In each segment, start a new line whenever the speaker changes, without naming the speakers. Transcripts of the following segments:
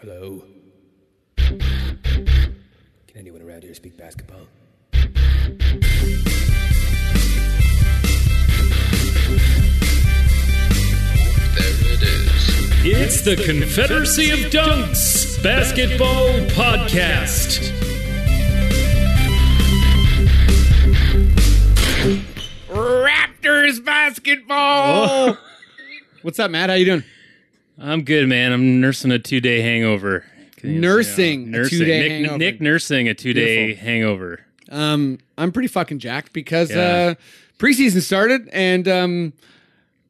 Hello. Can anyone around here speak basketball?
There it is.
It's the Confederacy of Dunks Basketball Podcast.
Raptors basketball.
What's up, Matt? How you doing?
I'm good, man. I'm nursing a two day hangover.
Nursing a
nursing.
two-day
Nick,
hangover.
Nick nursing a two day
Beautiful.
hangover.
Um, I'm pretty fucking jacked because
Yeah.
uh, preseason started, and um,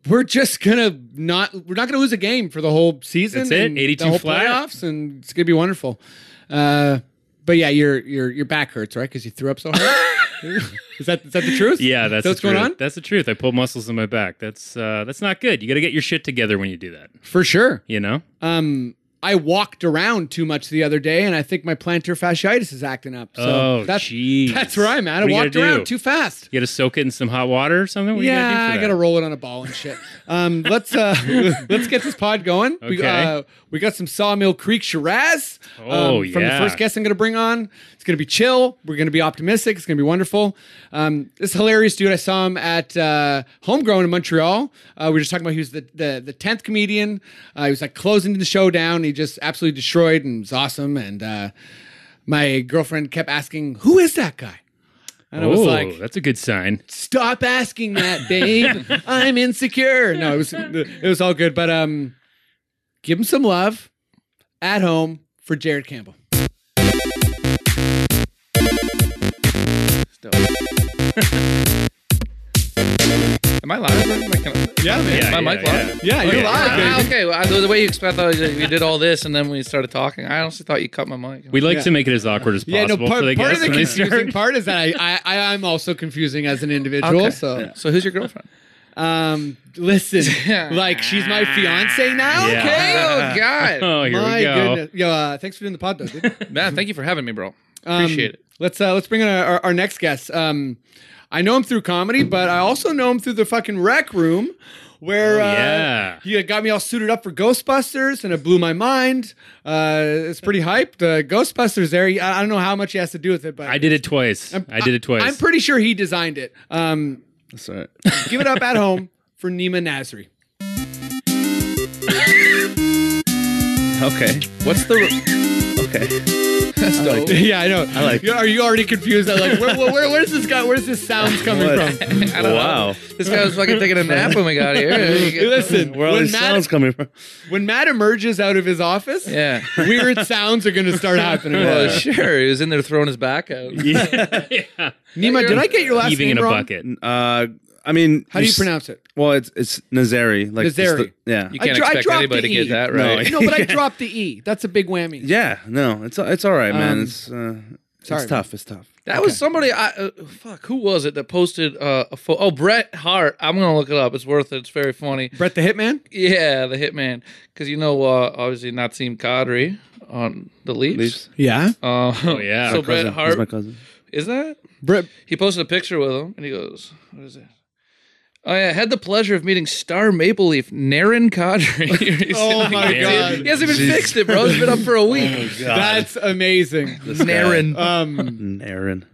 we're just gonna not we're not gonna lose a game for the whole season.
That's it,
and
82
the whole
flat.
playoffs, and it's gonna be wonderful. Uh, but yeah, your your your back hurts, right? Because you threw up so hard. is that is that the truth?
Yeah, that's
Is that what's
the
going
truth.
on
That's the truth. I pulled muscles in my back. That's uh, that's not good. You got to get your shit together when you do that.
for sure.
You know.
Um, I walked around too much the other day, and I think my plantar fasciitis is acting up. So
oh,
that's
jeez.
that's where I'm at. I
What do you
walked
gotta do?
around too fast.
You got to soak it in some hot water or something. What
yeah,
you gotta do for
I
that?
gotta roll it on a ball and shit. Um, let's uh, let's get this pod going. We,
Okay.
uh, we got some Sawmill Creek Shiraz. um,
Oh,
From the
yeah.
first guest I'm gonna bring on, it's gonna be chill. We're gonna be optimistic. It's gonna be wonderful. Um, this hilarious dude, I saw him at uh, Homegrown in Montreal. Uh, we were just talking about he was the the, the tenth comedian. Uh, he was like closing the show down. He just absolutely destroyed and was awesome. And uh, my girlfriend kept asking, "Who is that guy?" And I was
Oh,
like,
that's a good sign.
stop asking that, babe. I'm insecure. No, it was it was all good, but um, give him some love at home for Jared Campbell.
Am I live? Like, can I-
Yeah, man.
Is my
Yeah, yeah,
mic
yeah.
live?
Yeah, you're live, baby.
Ah, okay. Well, the- the way you explained, I thought you did all this, and then we started talking. I honestly thought you cut my mic.
We like
Yeah.
to make it as awkward as
Yeah,
possible
no.
for the
Part, part
guests
of the
when they start.
confusing part is that I, I, I I'm also confusing as an individual.
Okay.
So,
So who's your girlfriend?
um, listen, like she's my fiance now.
Yeah.
Okay.
Oh God,
Oh, here
My
we go.
goodness. Yo, uh, thanks for doing the pod, though. Dude.
man! Thank you for having me, bro.
Um,
Appreciate it.
Let's uh, let's bring in our, our, our next guest. Um, I know him through comedy, but I also know him through the fucking rec room, where uh,
Oh, yeah.
he got me all suited up for Ghostbusters, and it blew my mind. Uh, it's pretty hyped. Uh, Ghostbusters, there. he- I, I don't know how much he has to do with it, but
I did it twice. i did it twice.
I'm pretty sure he designed it. Um, give it up at home for Nima Nasri.
Okay. What's the okay?
That's dope.
yeah, I know. I
like-
Are you already confused? I'm like, where, where, where, where's this guy? Where's this sounds coming
What?
from?
I don't
wow.
Know. This guy was fucking taking a nap when we got here.
Listen,
Where all
when
these
Matt-
sounds coming from?
when Matt emerges out of his office,
Yeah.
weird sounds are going to start happening.
Well, sure. He was in there throwing his back out.
yeah.
Nima, did I get your last
Heaving
name
in a
wrong?
bucket.
Uh, I mean,
How do you
s-
pronounce it?
Well, it's it's Nazari. Like it's the-
Nazari.
yeah.
You
I
can't
dro- I
expect
dropped
anybody to
the E.
get that
No,
right.
I-
No, but I dropped the E. That's a big whammy.
yeah. No, it's it's all right, man.
Um,
it's uh,
sorry,
it's tough. It's tough.
That was somebody. I uh, fuck. Who was it that posted uh, a photo? Oh, Bret Hart. I'm gonna look it up. It's worth it. It's very funny.
Brett the Hitman?
Yeah, the Hitman. Because you know, uh, obviously Nazim Kadri on the Leafs.
Leaves.
Yeah.
Uh, oh
yeah.
So
My
Bret
Cousin. He's my
Hart
cousin.
is that?
Brett.
He posted a picture with him, and he goes, "What is it?" Oh yeah, I had the pleasure of meeting star Maple Leaf Naren Kadri.
Oh, my
God.
God.
He hasn't even fixed it, bro. It's been up for a week.
That's amazing.
Naren.
Um,
Aaron.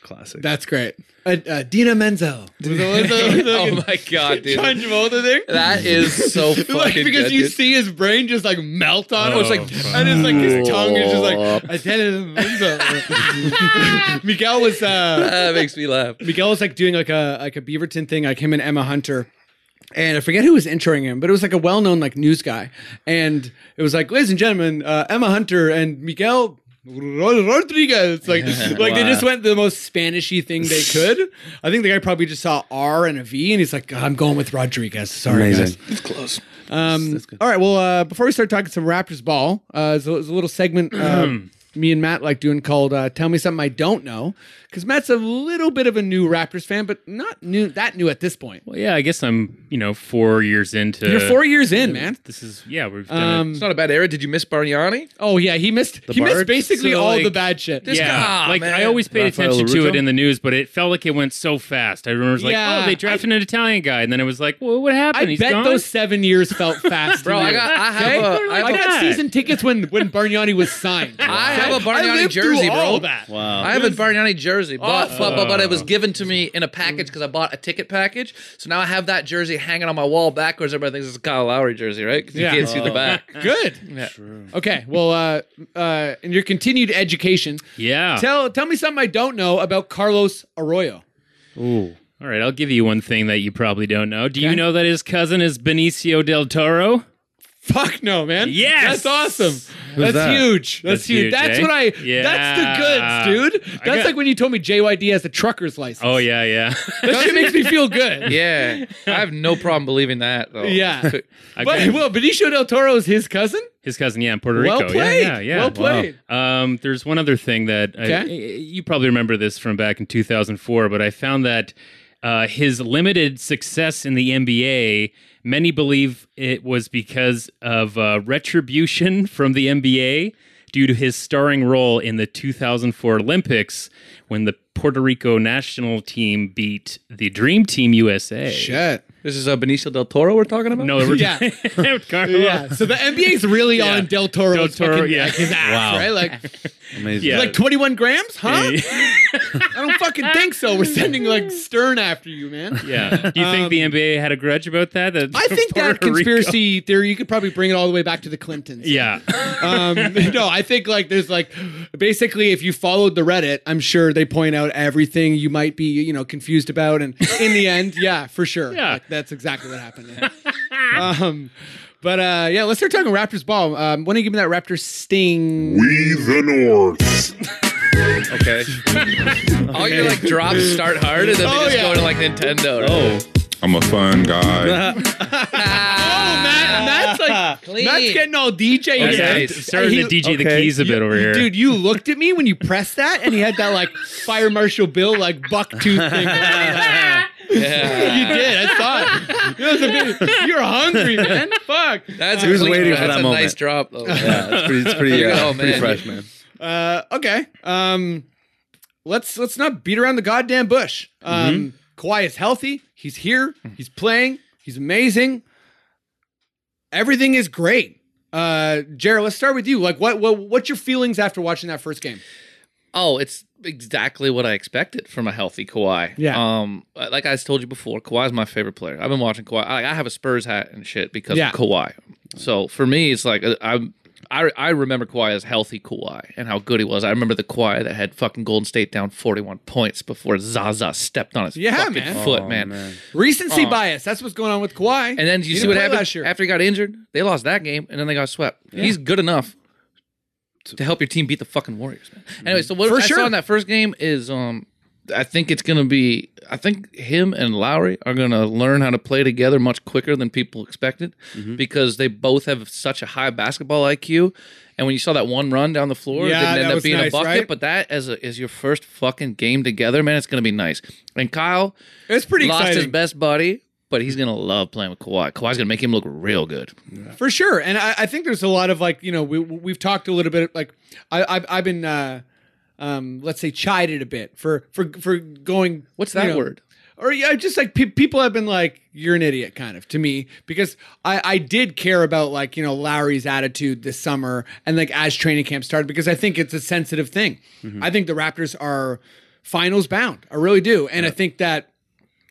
Classic.
that's great. Uh, uh, Dina Menzel. Was it- was it-
oh my god,
John
dude.
Travolta thing?
That is so fucking
Like because
good,
you
dude.
see his brain just like melt on him. It's like
Oh, fuck.
and it's like his tongue is just like I tell him. Miguel was uh
that makes me laugh.
Miguel was like doing like a like a Beaverton thing, like him and Emma Hunter. And I forget who was introing him, but it was like a well-known like news guy, and it was like, ladies and gentlemen, uh, Emma Hunter and Miguel Ro- Rodriguez. Like, like they just went the most Spanishy thing they could. I think the guy probably just saw R and a V, and he's like, I'm going with Rodriguez. Sorry, guys.
Amazing.
Um, all right. Well, uh, before we start talking some Raptors ball, uh, there's a, there's a little segment uh, me and Matt like doing called uh, "Tell Me Something I Don't Know" because Matt's a little bit of a new Raptors fan, but not new that new at this point.
Well, yeah, I guess I'm, you know, four years into.
You're four years in, man.
This is, yeah, we've done
Um,
It's not a bad era. Did you miss Bargnani?
oh yeah, he missed. he missed
Bards?
basically
So,
all
like,
the bad shit.
it. Yeah,
oh,
guy,
like
man.
I always paid
Rafael
attention to
Larusso?
it in the news, but it felt like it went so fast. I remember it was like,
Yeah,
oh, they drafted an Italian guy, and then it was like, well, what happened?
I
He's
bet
gone?
those seven years felt fast,
Bro,
to me.
I got. I have a.
Okay?
I
I
have a,
got season tickets when when Bargnani was signed.
I have a
I
Bargnani
lived through
jersey, bro.
all of that.
Wow.
I have a Bargnani jersey, but, but, but, but it was given to me in a package because I bought a ticket package. So now I have that jersey hanging on my wall backwards. Everybody thinks it's a Kyle Lowry jersey, right? 'Cause
Yeah.
You can't see the
Oh.
back.
Good. Okay. Well, uh, uh, in your continued education,
yeah.
tell tell me something I don't know about Carlos Arroyo.
Ooh. All right, I'll give you one thing that you probably don't know. Do you know that his cousin is Benicio del Toro?
Fuck no, man.
Yes!
that's awesome. that's
that?
huge. That's,
That's
huge.
huge,
That's
eh?
what I.
Yeah.
That's the goods, dude.
I
That's
got-
like when you told me JYD has a trucker's license.
Oh yeah, yeah.
that shit makes me feel good.
Yeah. I have no problem believing that, though.
Yeah.
I
But
bet
well, Benicio del Toro is his cousin.
his cousin, yeah, in Puerto Rico.
Well played.
Yeah, yeah, yeah.
Well played.
Um, there's one other thing that I-
Okay.
I- you probably remember this from back in 2004, but I found that uh, his limited success in the NBA, many believe it was because of uh, retribution from the NBA due to his starring role in the 2004 Olympics when the Puerto Rico national team beat the Dream Team USA.
Shit.
This is a Benicio del Toro we're talking about?
No, we're
Yeah.
Carlo.
Yeah. So the NBA's really on Del Toro's
Del Toro,
fucking
yeah.
like, his ass,
Wow.
right? Like,
Amazing.
Yeah.
like 21 grams, huh? I don't fucking think so. We're sending like Stern after you, man.
Yeah. Do you think the NBA had a grudge about that? that
I think that
Puerto Rico-
conspiracy theory, you could probably bring it all the way back to the Clintons.
Yeah.
Um, no, I think like there's like basically if you followed the Reddit, I'm sure they point out everything you might be, you know, confused about. And in the end, yeah, for sure.
Yeah.
Like, that's exactly what happened. um, but uh, yeah, let's start talking Raptors ball. Um, when do you give me that Raptors sting?
We the North.
Okay.
All your like drops start hard and then
Oh,
they just
yeah.
go to like Nintendo. Right?
Oh,
I'm a fun guy.
Oh, Matt, Matt's like
Clean.
Matt's getting all DJ.
Okay.
Yeah,
I'm
he's-
starting
he-
to DJ the
okay.
keys a bit over here.
Dude, you looked at me when you pressed that, and he had that like Fire Marshal Bill like buck tooth thing.
yeah.
you did. I saw it. It was a big- you're hungry, man. Fuck.
That's
He was
a clean-
waiting for
that's
that
a
moment.
nice drop, though.
yeah, it's pretty, it's pretty,
Look at
uh,
all
pretty
man.
fresh, man.
Uh, okay. Um, let's let's not beat around the goddamn bush.
Mm-hmm.
Um, Kawhi is healthy. He's here. He's playing. He's amazing. Everything is great. Uh, Jared, let's start with you. Like, what what what's your feelings after watching that first game?
Oh, it's exactly what I expected from a healthy Kawhi.
Yeah.
Um, like I told you before, Kawhi's my favorite player. I've been watching Kawhi. I, I have a Spurs hat and shit because
Yeah.
of Kawhi. So for me, it's like uh, I'm. I, I remember Kawhi as healthy Kawhi and how good he was. I remember the Kawhi that had fucking Golden State down 41 points before Zaza stepped on his
Yeah,
fucking
man.
foot,
Oh,
man.
Recency bias. That's what's going on with Kawhi.
Uh-huh. And then you see
He didn't
what
play
happened
last year.
after he got injured. They lost that game, and then they got swept. He's good enough to help your team beat the fucking Warriors, man. Anyway, so what
Mm-hmm. For
I
sure.
saw in that first game is, um, I think it's gonna be. I think him and Lowry are gonna learn how to play together much quicker than people expected
Mm-hmm.
because they both have such a high basketball IQ. And when you saw that one run down the floor,
Yeah,
it didn't
that
end
was
up being
nice,
a bucket.
right?
But that as a, as your first fucking game together, man, it's gonna be nice. And Kyle,
it's pretty
lost
exciting.
his best buddy, but he's gonna love playing with Kawhi. Kawhi's gonna make him look real good.
for sure and I, I think there's a lot of like you know we, we've talked a little bit like I, I've, I've been uh um let's say chided a bit for for for going
What's
you
that
know,
word?
or yeah just like pe- people have been like you're an idiot kind of to me because i i did care about like you know lowry's attitude this summer and like as training camp started because i think it's a sensitive thing i think the raptors are finals bound i really do and i think that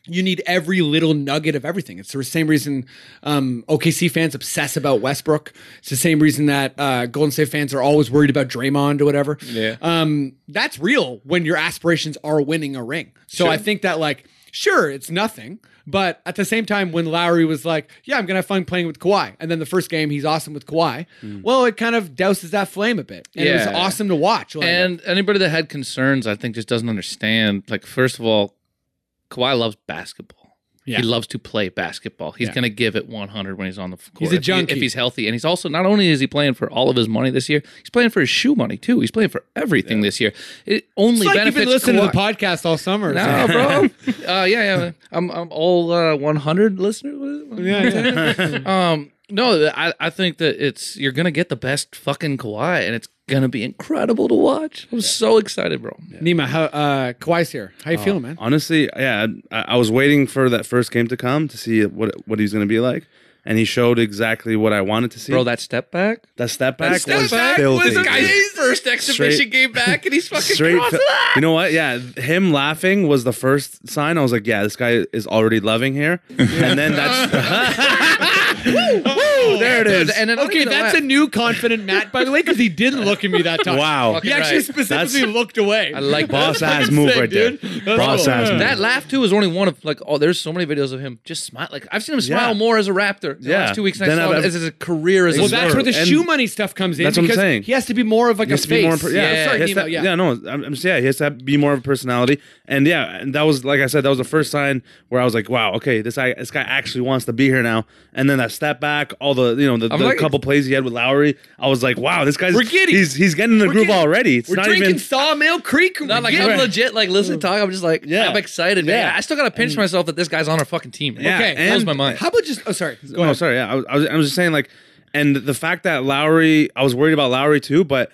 you need every little nugget of everything. It's the same reason um, OKC fans obsess about Westbrook. It's the same reason that uh, Golden State fans are always worried about Draymond or whatever. Yeah, um, that's real when your aspirations are winning a ring. So I think that like, sure, it's nothing, but at the same time, when Lowry was like, "Yeah, I'm gonna have fun playing with Kawhi," and then the first game he's awesome with Kawhi, well, it kind of douses that flame a bit. And it was
Hmm. Yeah.
awesome to watch. Like,
And anybody that had concerns, I think, just doesn't understand. Like, first of all, Kawhi loves basketball.
Yeah.
He loves to play basketball. He's
Yeah.
going to give it 100 when he's on the court.
He's a
if he-
junkie.
if he's healthy. And he's also, not only is he playing for all of his money this year, he's playing for his shoe money too. He's playing for everything this year. It only
It's like you've
benefits
been listening
Kawhi.
to the podcast all summer.
No, bro. uh, yeah, yeah. I'm, I'm all uh, 100 listeners. What is it?
Yeah, yeah.
Um, no, th- I, I think that it's you're gonna get the best fucking Kawhi, and it's gonna be incredible to watch. I'm so excited, bro.
Nima, how, uh, Kawhi's here. How you
Oh.
feeling, man?
Honestly, yeah, I, I was waiting for that first game to come to see what what he's going to be like, and he showed exactly what I wanted to see.
Bro, that step back,
that step back
step
was
back
filthy.
was the guy's
dude.
first exhibition
Straight-
game back, and he's fucking
Straight,
crossing.
fi- you know what? Yeah, him laughing was the first sign. I was like, yeah, this guy is already loving here, and then that's woo, there it is.
And then I don't
Okay,
even know
that's
why-
a new confident Matt, by the way, because he didn't look at me that time.
wow,
Fucking
He actually
right.
specifically
That's-
looked away.
I like
boss
that.
ass move
sick,
right there.
dude. That's
Boss
cool.
ass move.
That laugh too is only one of like oh there's so many videos of him just smile like I've seen him smile more as a Raptor in the
Yeah.
last two weeks than I
Then
saw
I've-
him as his career as
Well,
a
that's where the
And-
shoe money stuff comes in.
That's what I'm
because
saying.
He has to be more of like
He
a
has to be
face.
more, yeah,
Yeah.
He
sorry,
has
Nemo,
to-
yeah.
yeah, no, I'm, I'm- yeah, he has to have- be more of a personality, and yeah, and that was like I said, that was the first sign where I was like, wow, okay, this guy, this guy actually wants to be here now, and then that step back, all the you know the, the
like-
couple plays he had with Lowry, I was like, wow, this guy's
We're giddy.
he's he's getting in the
We're
groove
giddy.
already. It's
We're
not
drinking
even
Sawmill Creek.
not like I'm legit like listening to talk. I'm just like
Yeah.
I'm excited, man.
Yeah.
I still gotta pinch myself that this guy's on our fucking team. man.
Yeah,
Okay,
and-
blows my mind.
How about just? Oh, sorry. Go
oh,
ahead.
sorry. Yeah, I was, I was. I was just saying like, and the fact that Lowry, I was worried about Lowry too, but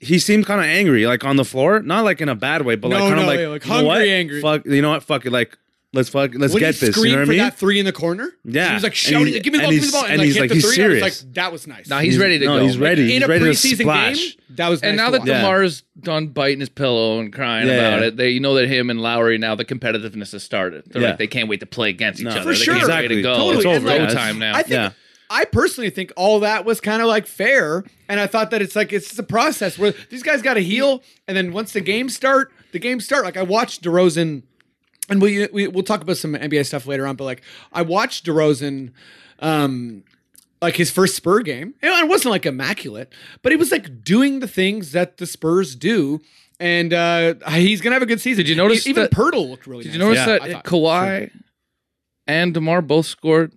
he seemed kind of angry, like on the floor, not like in a bad way, but like
No,
kind of
no,
like,
yeah, like
you know what?
hungry angry.
Fuck, you know what? Fuck it, like. Let's fuck. Let's
When
get
he
this. You
screamed
know what I
for
mean?
that three in the corner,
Yeah.
he was like
And
shouting,
he's-
"Give me the ball, give
and
me the
he's-
ball!" And,
and
like
he's
hit
like-
the
he's
three. I was
serious.
like, "That was nice."
Now he's ready to
no,
go.
he's ready.
in
he's
a
ready to
preseason
splash.
game. That was
And
nice
now
to
that
watch.
Yeah.
Demar's done biting his pillow and crying
Yeah,
about
yeah.
it, they you know that him and Lowry now the competitiveness has started. They're
Yeah.
like they can't wait to play against each
No.
other.
For
they
sure.
can't wait
Exactly.
to go.
Totally.
It's
And
over
like,
go
Oh, it's-
time now.
I think
Yeah.
I personally think all that was kind of like fair, and I thought that it's like it's just a process where these guys got to heal, and then once the games start, the games start. Like I watched DeRozan, and we, we we'll talk about some NBA stuff later on, but like I watched DeRozan. Um, like his first Spur game. You know, it wasn't like immaculate, but he was like doing the things that the Spurs do, and uh, he's gonna have a good season.
Did you notice
E- even
that-
Pirtle looked really?
Did you notice
Yeah.
that
I thought-
Kawhi and Demar both scored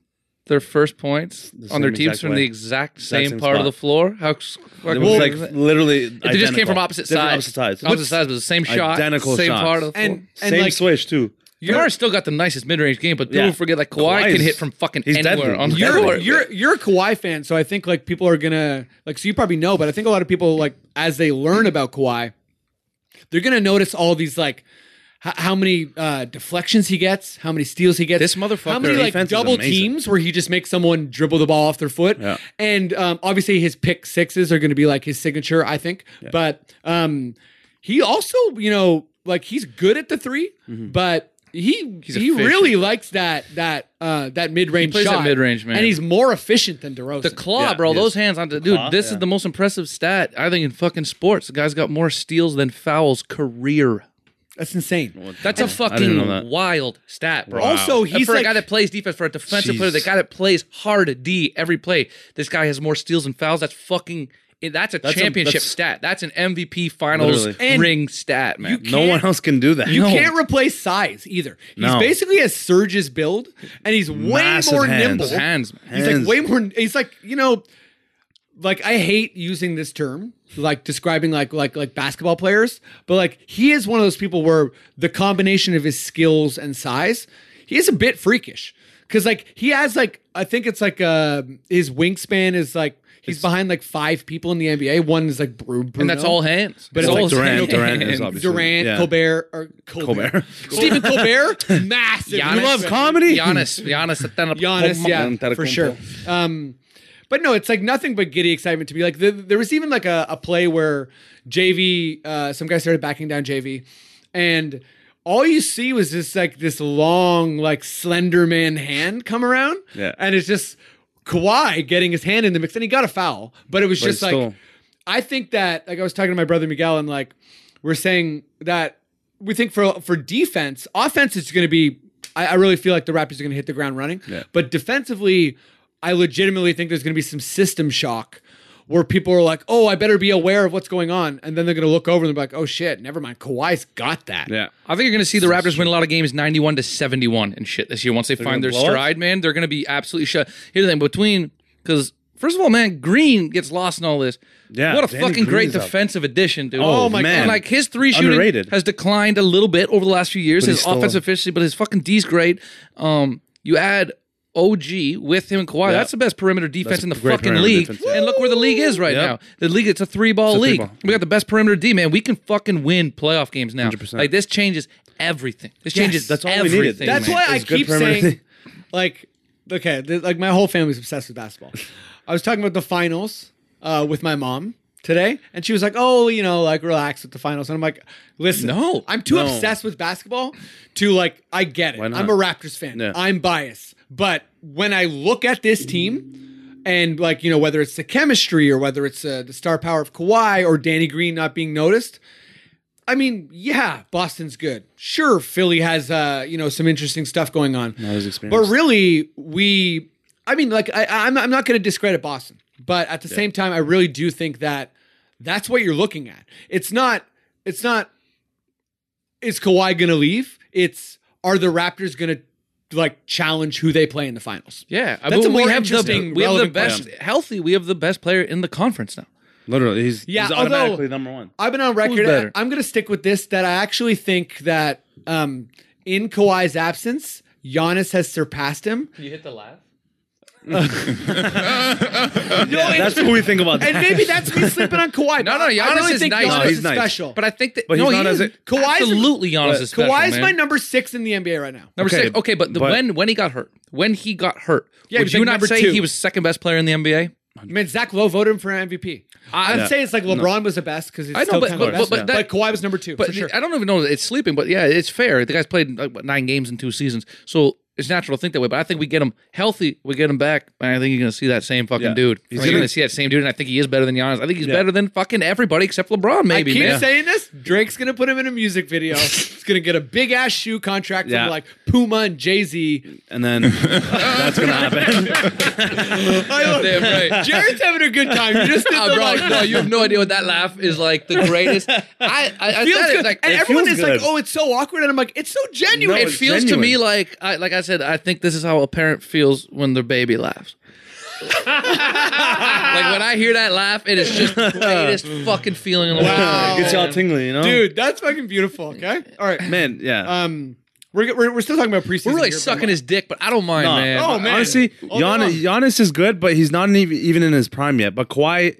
their first points
The
on their
same
teams
exact
from
way.
the exact same,
same
part of
spot.
the floor? How s-
It
fucking
was
cool
like
is that?
literally.
They just came from opposite sides.
Opposite sides.
Opposite sides, but the same shot,
Identical
same
shots.
part of the floor.
And, and
Same
like,
switch too.
Demar's still got the nicest mid-range game, but
Yeah.
don't forget like Kawhi,
Kawhi
can
is-
hit from fucking
he's
anywhere
deadly.
on the
He's
you're
court.
you're you're a Kawhi fan, so I think like people are gonna like. So you probably know, but I think a lot of people like as they learn about Kawhi, they're gonna notice all these like. h- How many uh, deflections he gets? How many steals he gets?
This motherfucker-
How many like
Defense is
double
amazing.
teams where he just makes someone dribble the ball off their foot?
Yeah.
And um, obviously his pick sixes are going to be like his signature, I think. But um, he also, you know, like he's good at the 3
Mm-hmm.
but he he
efficient.
really likes that that uh, that mid range
plays that
shot.
mid-range, man.
and he's more efficient than DeRozan.
The claw,
Yeah,
bro.
he
Those
is.
hands on the
claw,
dude. This
yeah.
is the most impressive stat I think in fucking sports. The guy's got more steals than fouls career.
That's insane.
That's a
didn't know
fucking
that.
wild stat, bro.
Also, he's
for
like
a guy that plays defense, for a defensive
Jeez.
player, the guy that plays hard D every play. This guy has more steals and fouls. That's fucking. eh, That's a
That's a-
championship
that's-
stat. That's an MVP Finals
Literally.
And
ring stat, man.
you
No one else can do that.
You can't replace size either. He's
No.
basically a Surge's build, and he's way
Massive
more
hands.
nimble.
hands, man.
He's like
Hands.
way more. He's like you know, like I hate using this term, like describing like like like basketball players, but like he is one of those people where the combination of his skills and size, he is a bit freakish because like he has like I think it's like uh his wingspan is like he's behind like five people in the NBA. One is like Bru- Bruno,
and that's all hands.
But
That's
it's
all
like
hands.
Durant.
Durant is obviously-
Durant,
yeah.
Colbert, or Colbert,
Colbert.
Stephen Colbert, massive.
Giannis. You love
comedy?
Giannis, Giannis,
Giannis, yeah,
Antetokounmpo.
for sure. Um, but no, it's like nothing but giddy excitement to be like. The, there was even like a, a play where JV, uh, some guy started backing down JV, and all you see was just like this long, like slender man hand come around,
Yeah.
and it's just Kawhi getting his hand in the mix, and he got a foul, but it was just
it's
like.
still-
I think that like I was talking to my brother Miguel and like we're saying that we think for for defense, offense is going to be. I, I really feel like the Raptors are going to hit the ground running,
Yeah.
but defensively, I legitimately think there's going to be some system shock where people are like, "Oh, I better be aware of what's going on," and then they're gonna look over and they're like, "Oh shit, never mind. Kawhi's got that."
Yeah.
I think you're going to see the Raptors win a lot of games, 91 to 71 and shit this year. Once they find
gonna
their
blow us?
stride, man, they're going to be absolutely shut. Here's the thing between because first of all, man, Green gets lost in all this.
Yeah,
what a
Danny
fucking
Green
great
is a-
defensive addition, dude.
Oh, Oh, my man. God.
Like his three shooting
Underrated.
has declined a little bit over the last few years.
But he's
his
still
offensive
a-
efficiency, but his fucking D's great. Um, you add. OG with him and Kawhi. That's the best perimeter defense
a
in the
great
fucking
perimeter
league.
defense, yeah.
And look where the league is right
Yep.
now. The league, it's a three ball
It's a
league.
three-ball.
We got the best perimeter D, man. We can fucking win playoff games now.
100%.
Like this changes everything. This changes
that's all we needed.
everything.
That's
man.
why I
It's good
keep
perimeter.
saying, like, okay, th- like my whole family's obsessed with basketball. I was talking about the finals uh, with my mom today, and she was like, "Oh, you know, like relax with the finals." And I'm like, "Listen,
No,
I'm too
no.
obsessed with basketball to like. I get it.
Why not?
I'm a Raptors fan.
Yeah.
I'm biased, but when I look at this team." And like you know, whether it's the chemistry or whether it's uh, the star power of Kawhi or Danny Green not being noticed, I mean, yeah, Boston's good. Sure, Philly has uh, you know some interesting stuff going on.
was
But
experienced.
really, we I mean, like I I'm I'm not going to discredit Boston, but at the same time I really do think that that's what you're looking at. It's not it's not is Kawhi going to leave? It's are the Raptors going to like challenge who they play in the finals?
Yeah, I
That's
mean,
a more
we have the
interesting,
we have the
relevant
best healthy. We have the best player in the conference now.
Literally, he's,
Yeah,
he's
although-
automatically number one.
I've been on record.
better?
I, am going to stick with this that I actually think that um, in Kawhi's absence, Giannis has surpassed him.
You hit the laugh.
That's what we think about.
And
That.
maybe that's me sleeping on Kawhi.
No, no,
I
Giannis
really
is
think
nice.
Giannis
No,
he's
is
nice.
special.
But I think that
But
no,
he's not
he
as
is,
a-
Kawhi's-
absolutely Giannis is special.
Kawhi's
man.
my number six in the NBA right now.
number
Okay,
six. Okay, but, the,
but-
when when he got hurt, when he got hurt,
Yeah, he
would
was
you
like
not
number
say
two.
he was second best player in the NBA?
I mean, Zach Lowe voted him for MVP. I'd
Yeah.
say it's like LeBron was the best because he's
I know,
still
but-
kind
but-
of the best.
but-
But,
but that-
Kawhi was number two.
But
for sure.
I don't even know that it's sleeping, but yeah, it's fair. The guy's played like, what, nine games in two seasons, so it's natural to think that way. But I think we get him healthy, we get him back, and I think you're going to see that same fucking
Yeah.
dude.
He's
I think you're
gonna-
going to see that same dude, and I think he is better than Giannis. I think he's better than fucking everybody except LeBron. Maybe
I keep
man.
saying this. Drake's gonna put him in a music video. He's gonna get a big ass shoe contract
Yeah.
from like Puma and Jay Z.
And then that's gonna happen.
Damn right.
Jared's having a good time. You just did
Oh,
the,
bro,
like,
no, you have no idea what that laugh is like. The greatest. I, I, I
feels
said
good.
it like
and
it
everyone
feels
is
good.
like, "Oh, it's so awkward," and I'm like, "It's so genuine."
No,
it
it's
feels to me
genuine.
like, I, like I said, I think this is how a parent feels when their baby laughs. like when I hear that laugh, it is just the greatest fucking feeling in the
Wow.
world.
Gets y'all tingly, you know,
um,
dude, that's fucking beautiful. Okay, all right,
Man, yeah.
Um, we're, we're, we're still talking about preseason.
We're really
here, but-
sucking his dick, but I don't mind,
No,
man.
Oh, man.
Honestly,
All day long.
Giannis, Giannis is good, but he's not even even in his prime yet. But Kawhi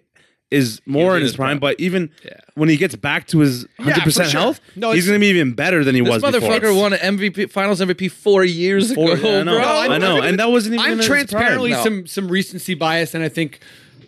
is more in his prime. But even when he gets back to his 100 percent
sure.
health,
No,
he's
it's-
gonna be even better than he
This
was. before.
motherfucker won an MVP, Finals MVP four years
Four-
ago,
yeah, I know.
bro.
I
I'm-
know,
I'm-
and that wasn't even. in
I'm
his prime.
transparently
No.
some some recency bias, and I think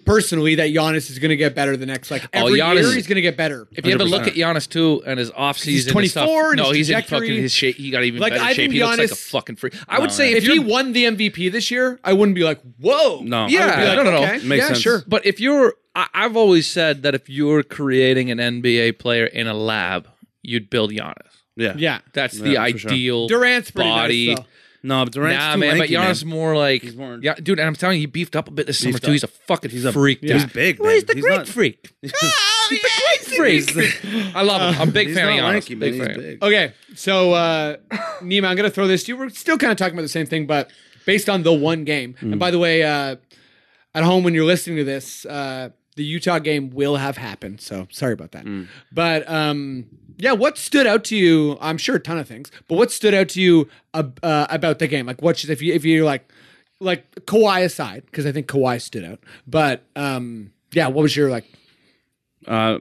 personally that Giannis is going to get better the next like
Oh,
every
Giannis-
year he's going to get better.
If you ever look at
100%.
Giannis too and his offseason,
He's
and stuff-
24 and
no,
his
he's in
trajectory.
fucking his shape. He got even
Like,
better
I
shape.
think
He looks like a
Giannis-
fucking freak. I would say
if
if
he
you,
won the MVP this year, I wouldn't be like, "Whoa,
No,
yeah,
be like,
no, no, no,
okay.
Makes
yeah,
sense.
sure.
But if you're, I, I've always said that if you're creating an NBA player in a lab, you'd build Giannis.
Yeah,
yeah."
That's
Yeah,
the
for sure.
ideal
Durant's pretty
body.
nice, though.
No, but Durant's
nah,
too
man,
lanky,
but Giannis
man.
more like,
He's more-
yeah, dude. And I'm telling you, he beefed up a bit this summer
Beefed
too.
up.
He's a fucking
He's a
freak.
He's
dude.
big.
Well, he's
man.
the
He's
great
not-
freak.
Ah,
he's the great freak. I love him. I'm a big
He's
fan
not
of Giannis.
lanky, man.
big
He's
fan.
big.
Okay, so uh, Nima, I'm going to throw this to you. We're still kind of talking about the same thing, but based on the one game. And by the way, uh, at home when you're listening to this, uh, the Utah game will have happened. So sorry about that. But um, yeah, what stood out to you? I'm sure a ton of things, but what stood out to you ab- uh, about the game? Like, what should, if you if you're like like Kawhi aside, because I think Kawhi stood out. But um, yeah, what was your like?
Uh,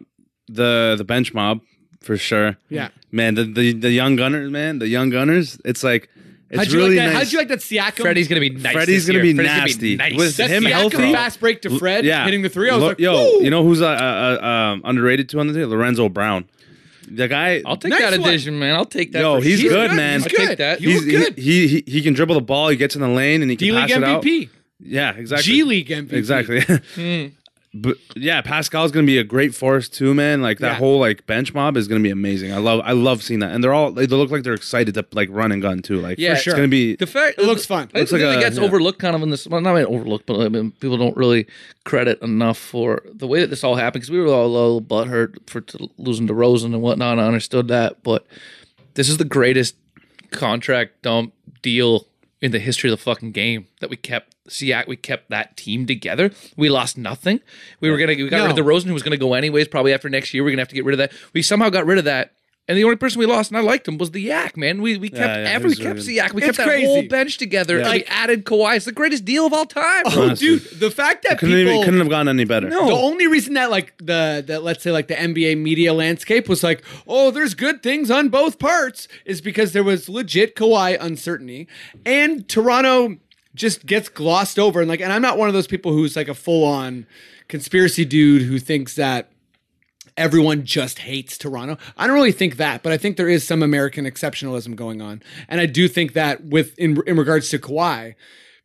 the the bench mob for sure.
Yeah.
man. The the, the young gunners, man. The young gunners. It's like it's
How'd you
really
like that?
nice.
How'd you like that Siakam?
Freddie's gonna be nice.
Freddie's
this
gonna
year.
be
Freddie's
nasty.
Gonna be nice.
With
That's
him
Siakam
healthy,
fast break to Fred
yeah,
hitting the three. I was
Lo-
like,
yo,
"Woo!"
you know who's uh, uh, uh, um, underrated too on the day? Lorenzo Brown. The guy,
I'll take
Next
that
one.
addition, man. I'll take that.
Yo,
for
he's
sure.
good, man.
I'll
He's
take
good.
that.
He was
he,
good.
He, he he can dribble the ball. He gets in the lane and he
D
can
League
pass it out.
MVP,
Yeah, exactly.
G League MVP.
Exactly. but yeah, Pascal's gonna be a great force too, man. Like that
Yeah.
whole like bench mob is gonna be amazing. I love I love seeing that, and they're all they look like they're excited to like run and gun too. Like
Yeah,
it's
sure.
gonna be
The fact
It looks fun.
I
Looks
think
like
it
a-
gets
yeah.
overlooked kind of in this. Well, not even overlooked, but I mean, people don't really credit enough for the way that this all happened because we were all a little butthurt for t- losing to Rosen and whatnot. I understood that, but this is the greatest contract dump deal in the history of the fucking game that we kept. Siak, we kept that team together. We lost nothing. We were gonna we got rid of the Rosen who was gonna go anyways. Probably after next year, we're gonna have to get rid of that. We somehow got rid of that. And the only person we lost, and I liked him, was the Yak man. We we kept
yeah, he
every we
was
kept
really
Siak. We
It's
kept that whole
crazy.
bench together and we added Kawhi. It's the greatest deal of all time.
Oh, dude, the fact that
couldn't
people
even, couldn't have gone any better.
The only reason that like the that let's say like the NBA media landscape was like, oh, there's good things on both parts is because there was legit Kawhi uncertainty, and Toronto just gets glossed over and like, and I'm not one of those people who's like a full on conspiracy dude who thinks that everyone just hates Toronto. I don't really think that, but I think there is some American exceptionalism going on, and I do think that with in in regards to Kawhi,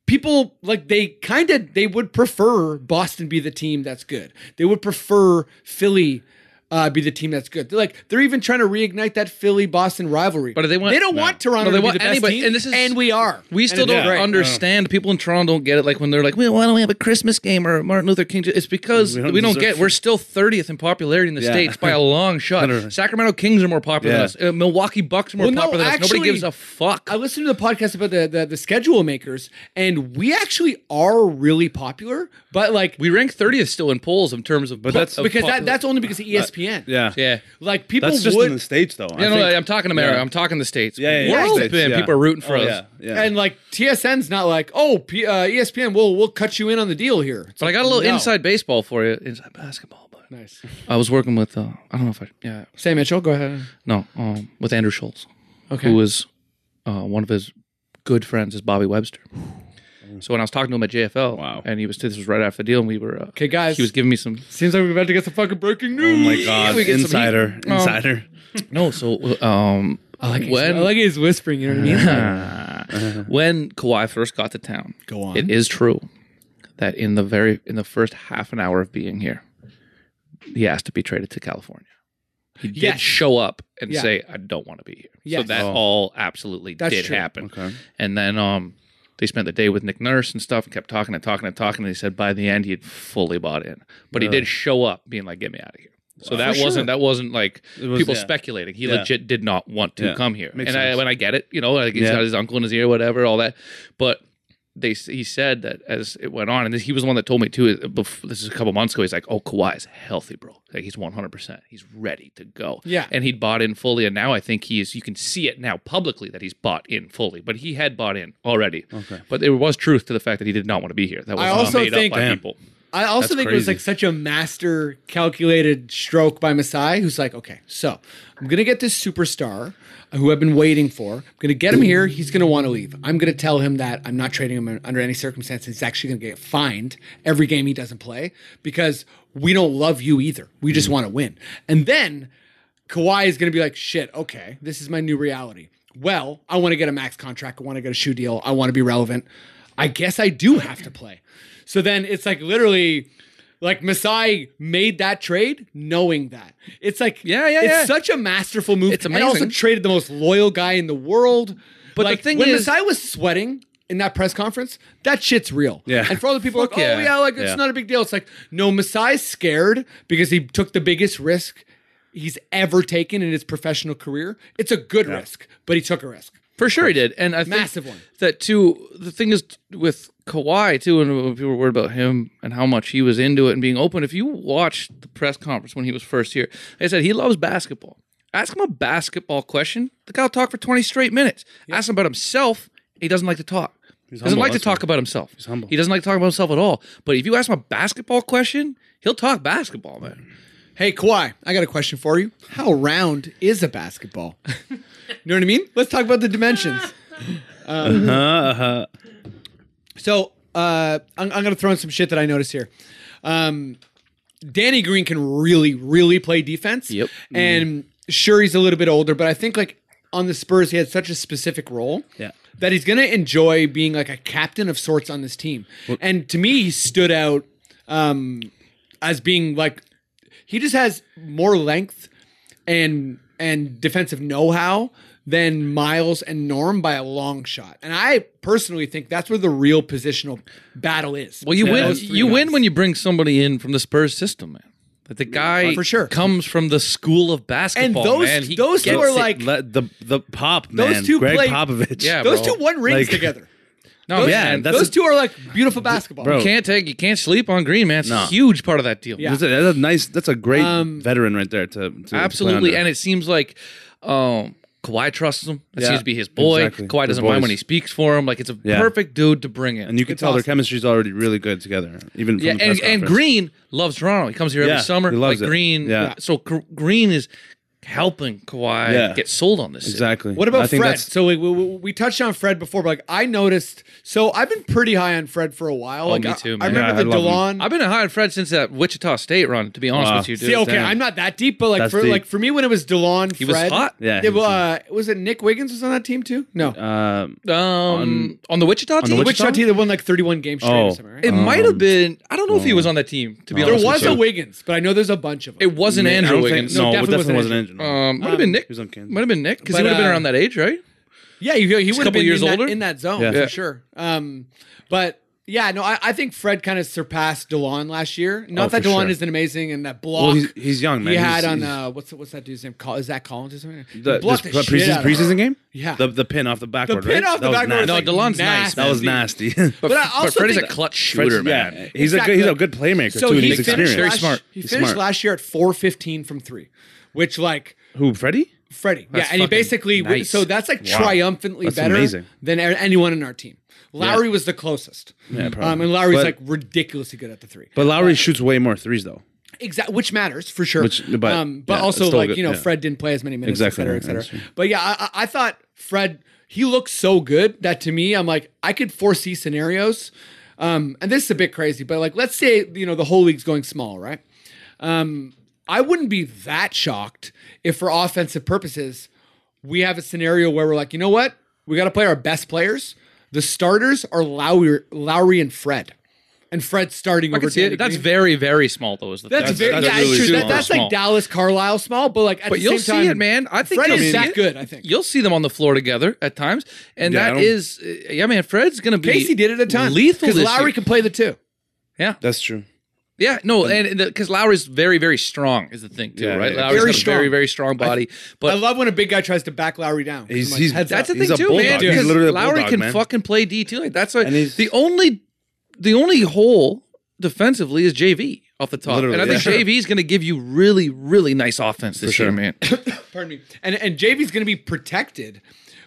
people like they kind of they would prefer Boston be the team that's good. They would prefer Philly uh, be the team that's good. They're like they're even trying to reignite that Philly Boston rivalry.
But they want-
they don't want Toronto
No, they
to
want
be the best
anybody-
team,
and this is-
we are.
We still don't
great.
understand. People in Toronto don't get it. Like when they're like, well, why don't we have a Christmas game or a Martin Luther King? It's because we
We
don't,
don't
get.
deserve-
We're still 30th in popularity in the
Yeah.
states by a long shot.
Literally.
Sacramento Kings are more popular than
Yeah.
us. Uh, Milwaukee Bucks are more
Well, no,
popular than us. Nobody
actually-
gives a fuck.
I listened to the podcast about the, the the schedule makers, and we actually are really popular. But like,
we rank 30th still in polls in terms of. But
that's-
because that, that's only because of E ESPN.
Yeah,
yeah.
like people
That's just
would
in the states though. I
You know,
think-
I'm talking America. I'm talking the states.
yeah, yeah, yeah,
World,
States,
man,
yeah.
People are rooting for
Oh,
us.
Yeah, yeah.
And like TSN's not like, oh, P- uh, ESPN, we'll we'll cut you in on the deal here. It's
But I
like,
got a little
no.
inside baseball for you. Inside basketball, but
Nice.
I was working with. Uh, I don't know if I. Yeah.
Sam Mitchell, go ahead.
No. Um, with Andrew Schultz.
Okay.
who was uh, one of his good friends is Bobby Webster.
Mm.
So when I was talking to him at JFL,
Wow.
and he was this was right after the deal, and we were uh,
Okay, guys.
He was giving me some
Seems like we're about to get some fucking breaking
oh
news.
my god,
we get some
insider,
Oh.
insider.
no. So um, when
I like he's whispering. You know what I mean?
when Kawhi first got to town,
Go on.
It is true that in the very in the first half an hour of being here, he asked to be traded to California. He did
Yes.
show up and
Yeah.
say, "I don't want to be here." So
Yes.
that
Oh.
all absolutely
That's
did
true.
happen. And then um, they spent the day with Nick Nurse and stuff, and kept talking and talking and talking. And he said by the end he had fully bought in, but he did show up being like, "Get me out of here." So that wasn't that wasn't like
was-
people
yeah.
speculating. He
Yeah.
legit did not want to
Yeah.
come here,
Makes
and I,
sense.
when I get it, you know, like he's
Yeah.
got his uncle in his ear, whatever, all that. But they he said that as it went on, and this, he was the one that told me too. uh, Before, this is a couple months ago. He's like, "Oh, Kawhi is healthy, bro. Like he's one hundred percent. He's ready to go."
Yeah.
and he'd bought in fully, and now I think he is. You can see it now publicly that he's bought in fully, but he had bought in already. Okay, but there was truth to the fact that he did not want to be here. That was
I
not
also
made
think-
up by
Damn.
people.
I also
That's
think it was
crazy.
like such a master calculated stroke by Masai, who's like, okay, so I'm gonna get this superstar who I've been waiting for. I'm gonna get him here. He's gonna want to leave. I'm gonna tell him that I'm not trading him under any circumstances. He's actually gonna get fined every game he doesn't play because we don't love you either. We
Mm-hmm.
just want to win. And then Kawhi is going to be like, shit, okay, this is my new reality. Well, I want to get a max contract. I want to get a shoe deal. I want to be relevant. I guess I do have to play. So then it's like literally like Masai made that trade knowing that. It's like,
Yeah, yeah,
it's
yeah.
such a masterful move.
It's
And also
amazing.
traded the most loyal guy in the world. But
the thing
when
is-
Masai was sweating in that press conference, that shit's real.
Yeah.
And for all the people, like,
Fuck
oh,
yeah.
yeah, yeah, like it's
Yeah.
not a big deal. It's like no, Masai's scared because he took the biggest risk he's ever taken in his professional career. It's a good risk, but he took a risk.
For sure he did, and I think
Massive one.
That too. The thing is with Kawhi too, and when people were worried about him and how much he was into it and being open. If you watch the press conference when he was first here, they said he loves basketball. Ask him a basketball question. The guy will talk for twenty straight minutes. Ask him about himself. He doesn't like to talk. He doesn't
humble,
like to
that's
talk
why.
about himself. He's
humble.
He doesn't like to talk about himself at all. But if you ask him a basketball question, he'll talk basketball, man.
Hey Kawhi, I got a question for you. How round is a basketball? you know what I mean? Let's talk about the dimensions.
Uh-huh.
So uh, I'm, I'm going to throw in some shit that I noticed here. Um, Danny Green can really, really play defense.
Yep.
And sure, he's a little bit older, but I think like on the Spurs, he had such a specific role.
Yeah.
That he's going to enjoy being like a captain of sorts on this team. And to me, he stood out. Um, as being like he just has more length and and defensive know-how than Miles and Norm by a long shot. And I personally think that's where the real positional battle is.
Well, you win.
Those three
You win
guys.
when you bring somebody in from the Spurs system, man. That the guy
For sure.
comes from the school of basketball,
those-
man. He
those two
gets
are
it.
like-
Let the the pop man,
Those two
Greg
play-
Popovich.
Yeah,
those
bro.
two won rings
Like-
together.
no,
Those,
man,
Oh, that's
those
a-
two are like beautiful basketball.
Bro.
you can't take. You can't sleep on Green, man. It's
No.
a huge part of that deal.
Yeah.
That's a, that's a nice. That's a great
Um,
veteran right there. To, to- to play
Absolutely,
under.
and it seems like um, Kawhi trusts him. That
Yeah,
seems to be his boy.
exactly.
Kawhi
They're
doesn't mind
boys.
when he speaks for him. Like it's a
Yeah.
perfect dude to bring in.
and you can
It's
tell their
awesome.
chemistry's already really good together. Even from
yeah,
the press
and, and
conference.
Green loves Toronto. He comes here
Yeah,
every summer.
he loves
like
it.
Green,
Yeah.
So Gr- Green is helping Kawhi
Yeah.
get sold on this. city.
exactly.
What about
I think
Fred?
that's-
So we, we, we touched on Fred before, but like I noticed. So I've been pretty high on Fred for a while. like
Oh, me
I-
too,
I
man.
remember
Yeah, I
the
love
DeLon.
I've been a high on Fred since that Wichita State run. To be honest
Wow.
with you, dude.
See, okay,
Damn.
I'm not that deep, but like
That's
for
deep.
like for me when it was DeLon,
he was
Fred,
hot.
Yeah.
Yeah, well, uh, was it Nick Wiggins was on that team too? No,
um,
Um, on, the Wichita team,
the
Wichita?
Wichita team that won like 31 games straight
Oh.
or something, right?
it might have been. I don't know if he was on that team. To be
No.
there
honest,
was
with
a
you.
Wiggins, but I know there's a bunch of them.
It wasn't
I
Andrew
don't think-
Wiggins.
No,
definitely
it definitely
wasn't
wasn't Andrew.
Um, might have been Nick.
he was on Kansas.
Might have been Nick because he
But,
would have been
uh,
around that age, right?
yeah, he, he would have
couple
been
years
in
older?
That, in that zone
Yeah.
for sure. Um, but yeah, no, I, I think Fred kind of surpassed DeLon last year. Not
Oh,
that
for
DeLon
sure.
isn't amazing and that block.
well, he's, he's young, man.
Uh, he
He's-
had on
he's-
uh, what's what's that dude's name? Call is that Collins or something? He
the,
blocked
this
the shit
preseason,
out of him.
preseason game.
Yeah.
the the pin off the
The
backboard.
pin
right?
off the
That was
backboard. is,
No,
nasty.
like,
DeLon's nice,
nasty.
that was nasty.
But I also
Fred is a
think-
clutch shooter, man.
yeah, he's a
Exactly.
good, he's a good playmaker too. and he's
finished
experienced.
Very
last-
smart.
He
He's
finished
smart.
last year at 415 from three, which like
Who, Freddie?
Freddie. yeah, and he
fucking
basically
nice.
so that's like
Wow.
triumphantly
That's
better
amazing.
than a- anyone in our team. Lowry was the closest. Yeah, Um, and Lowry's
But-
like ridiculously good at the three.
But Lowry shoots way more threes though.
Exact, which matters for sure.
Which- but-
um, but
yeah,
also
it's still
like
good,
you know,
yeah.
Fred didn't play as many minutes,
Exactly,
et cetera, et
that's
cetera.
true.
But yeah, I, I I thought Fred he looked so good that to me, I'm like, I could foresee scenarios. Um, and this is a bit crazy, but like, let's say you know the whole league's going small, right? Um, I wouldn't be that shocked if, for offensive purposes, we have a scenario where we're like, you know what, we got to play our best players. The starters are Lowry, Lowry and Fred, and Fred's starting
I
over.
can see
Danny
it. That's
Green.
very, very small, though. Is the
That's,
thing.
very
that's
yeah,
really
true. That-
small.
that's like Dallas Carlisle small, but like at
But
the
you'll see
same time,
it, man. I think
Fred
you'll
is
see
that
it.
good. I think
You'll see them on the floor together at times, and
Yeah, I
that
don't-
is, uh, yeah, man. Fred's gonna be
Casey did it a ton.
lethal.
because
this
Lowry
year.
can play the two.
That's true.
yeah, no, and because Lowry's very, very strong is the thing too,
Yeah,
right?
yeah.
Lowry's
Very
got a
strong.
very, very strong body, but
I love when a big guy tries to back Lowry down.
He's-
I'm like,
he's-
heads
That's
up.
the
He's
thing
a
too,
bulldog,
man.
dude.
Because
He's literally a
Lowry
bulldog,
can
man.
fucking play D too. Like that's why
And he's-
the only the only hole defensively is JV off the top,
Literally,
and I think
yeah.
JV is going to give you really, really nice offense this
sure.
year, man.
Pardon me. And and JV's going to be protected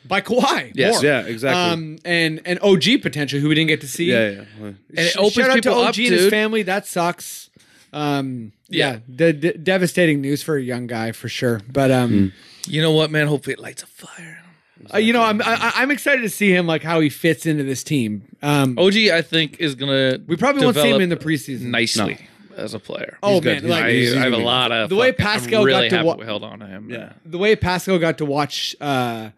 by Kawhi.
Yes.
more.
Yeah, exactly.
Um, and and OG potential who we didn't get to see.
Yeah, yeah, yeah.
And it
Sh-
opens
Shout out to
people
OG
up,
and his
dude.
family. That sucks. Um, yeah,
Yeah.
de- de- devastating news for a young guy for sure. But um.
You know what, man? Hopefully, it lights a fire.
Uh, you know, I'm I, I- I'm excited to see him like how he fits into this team. Um,
OG, I think, is going to.
Oh,
we probably won't see him in the preseason.
nicely as a player.
oh man,
good. He's-
like
I,
he's-
I have a
gonna be-
lot of
The way
fuck- I'm
Pascal got
really
to
happy
wa-
we held on to him.
Yeah.
the way Pascal got to watch uh,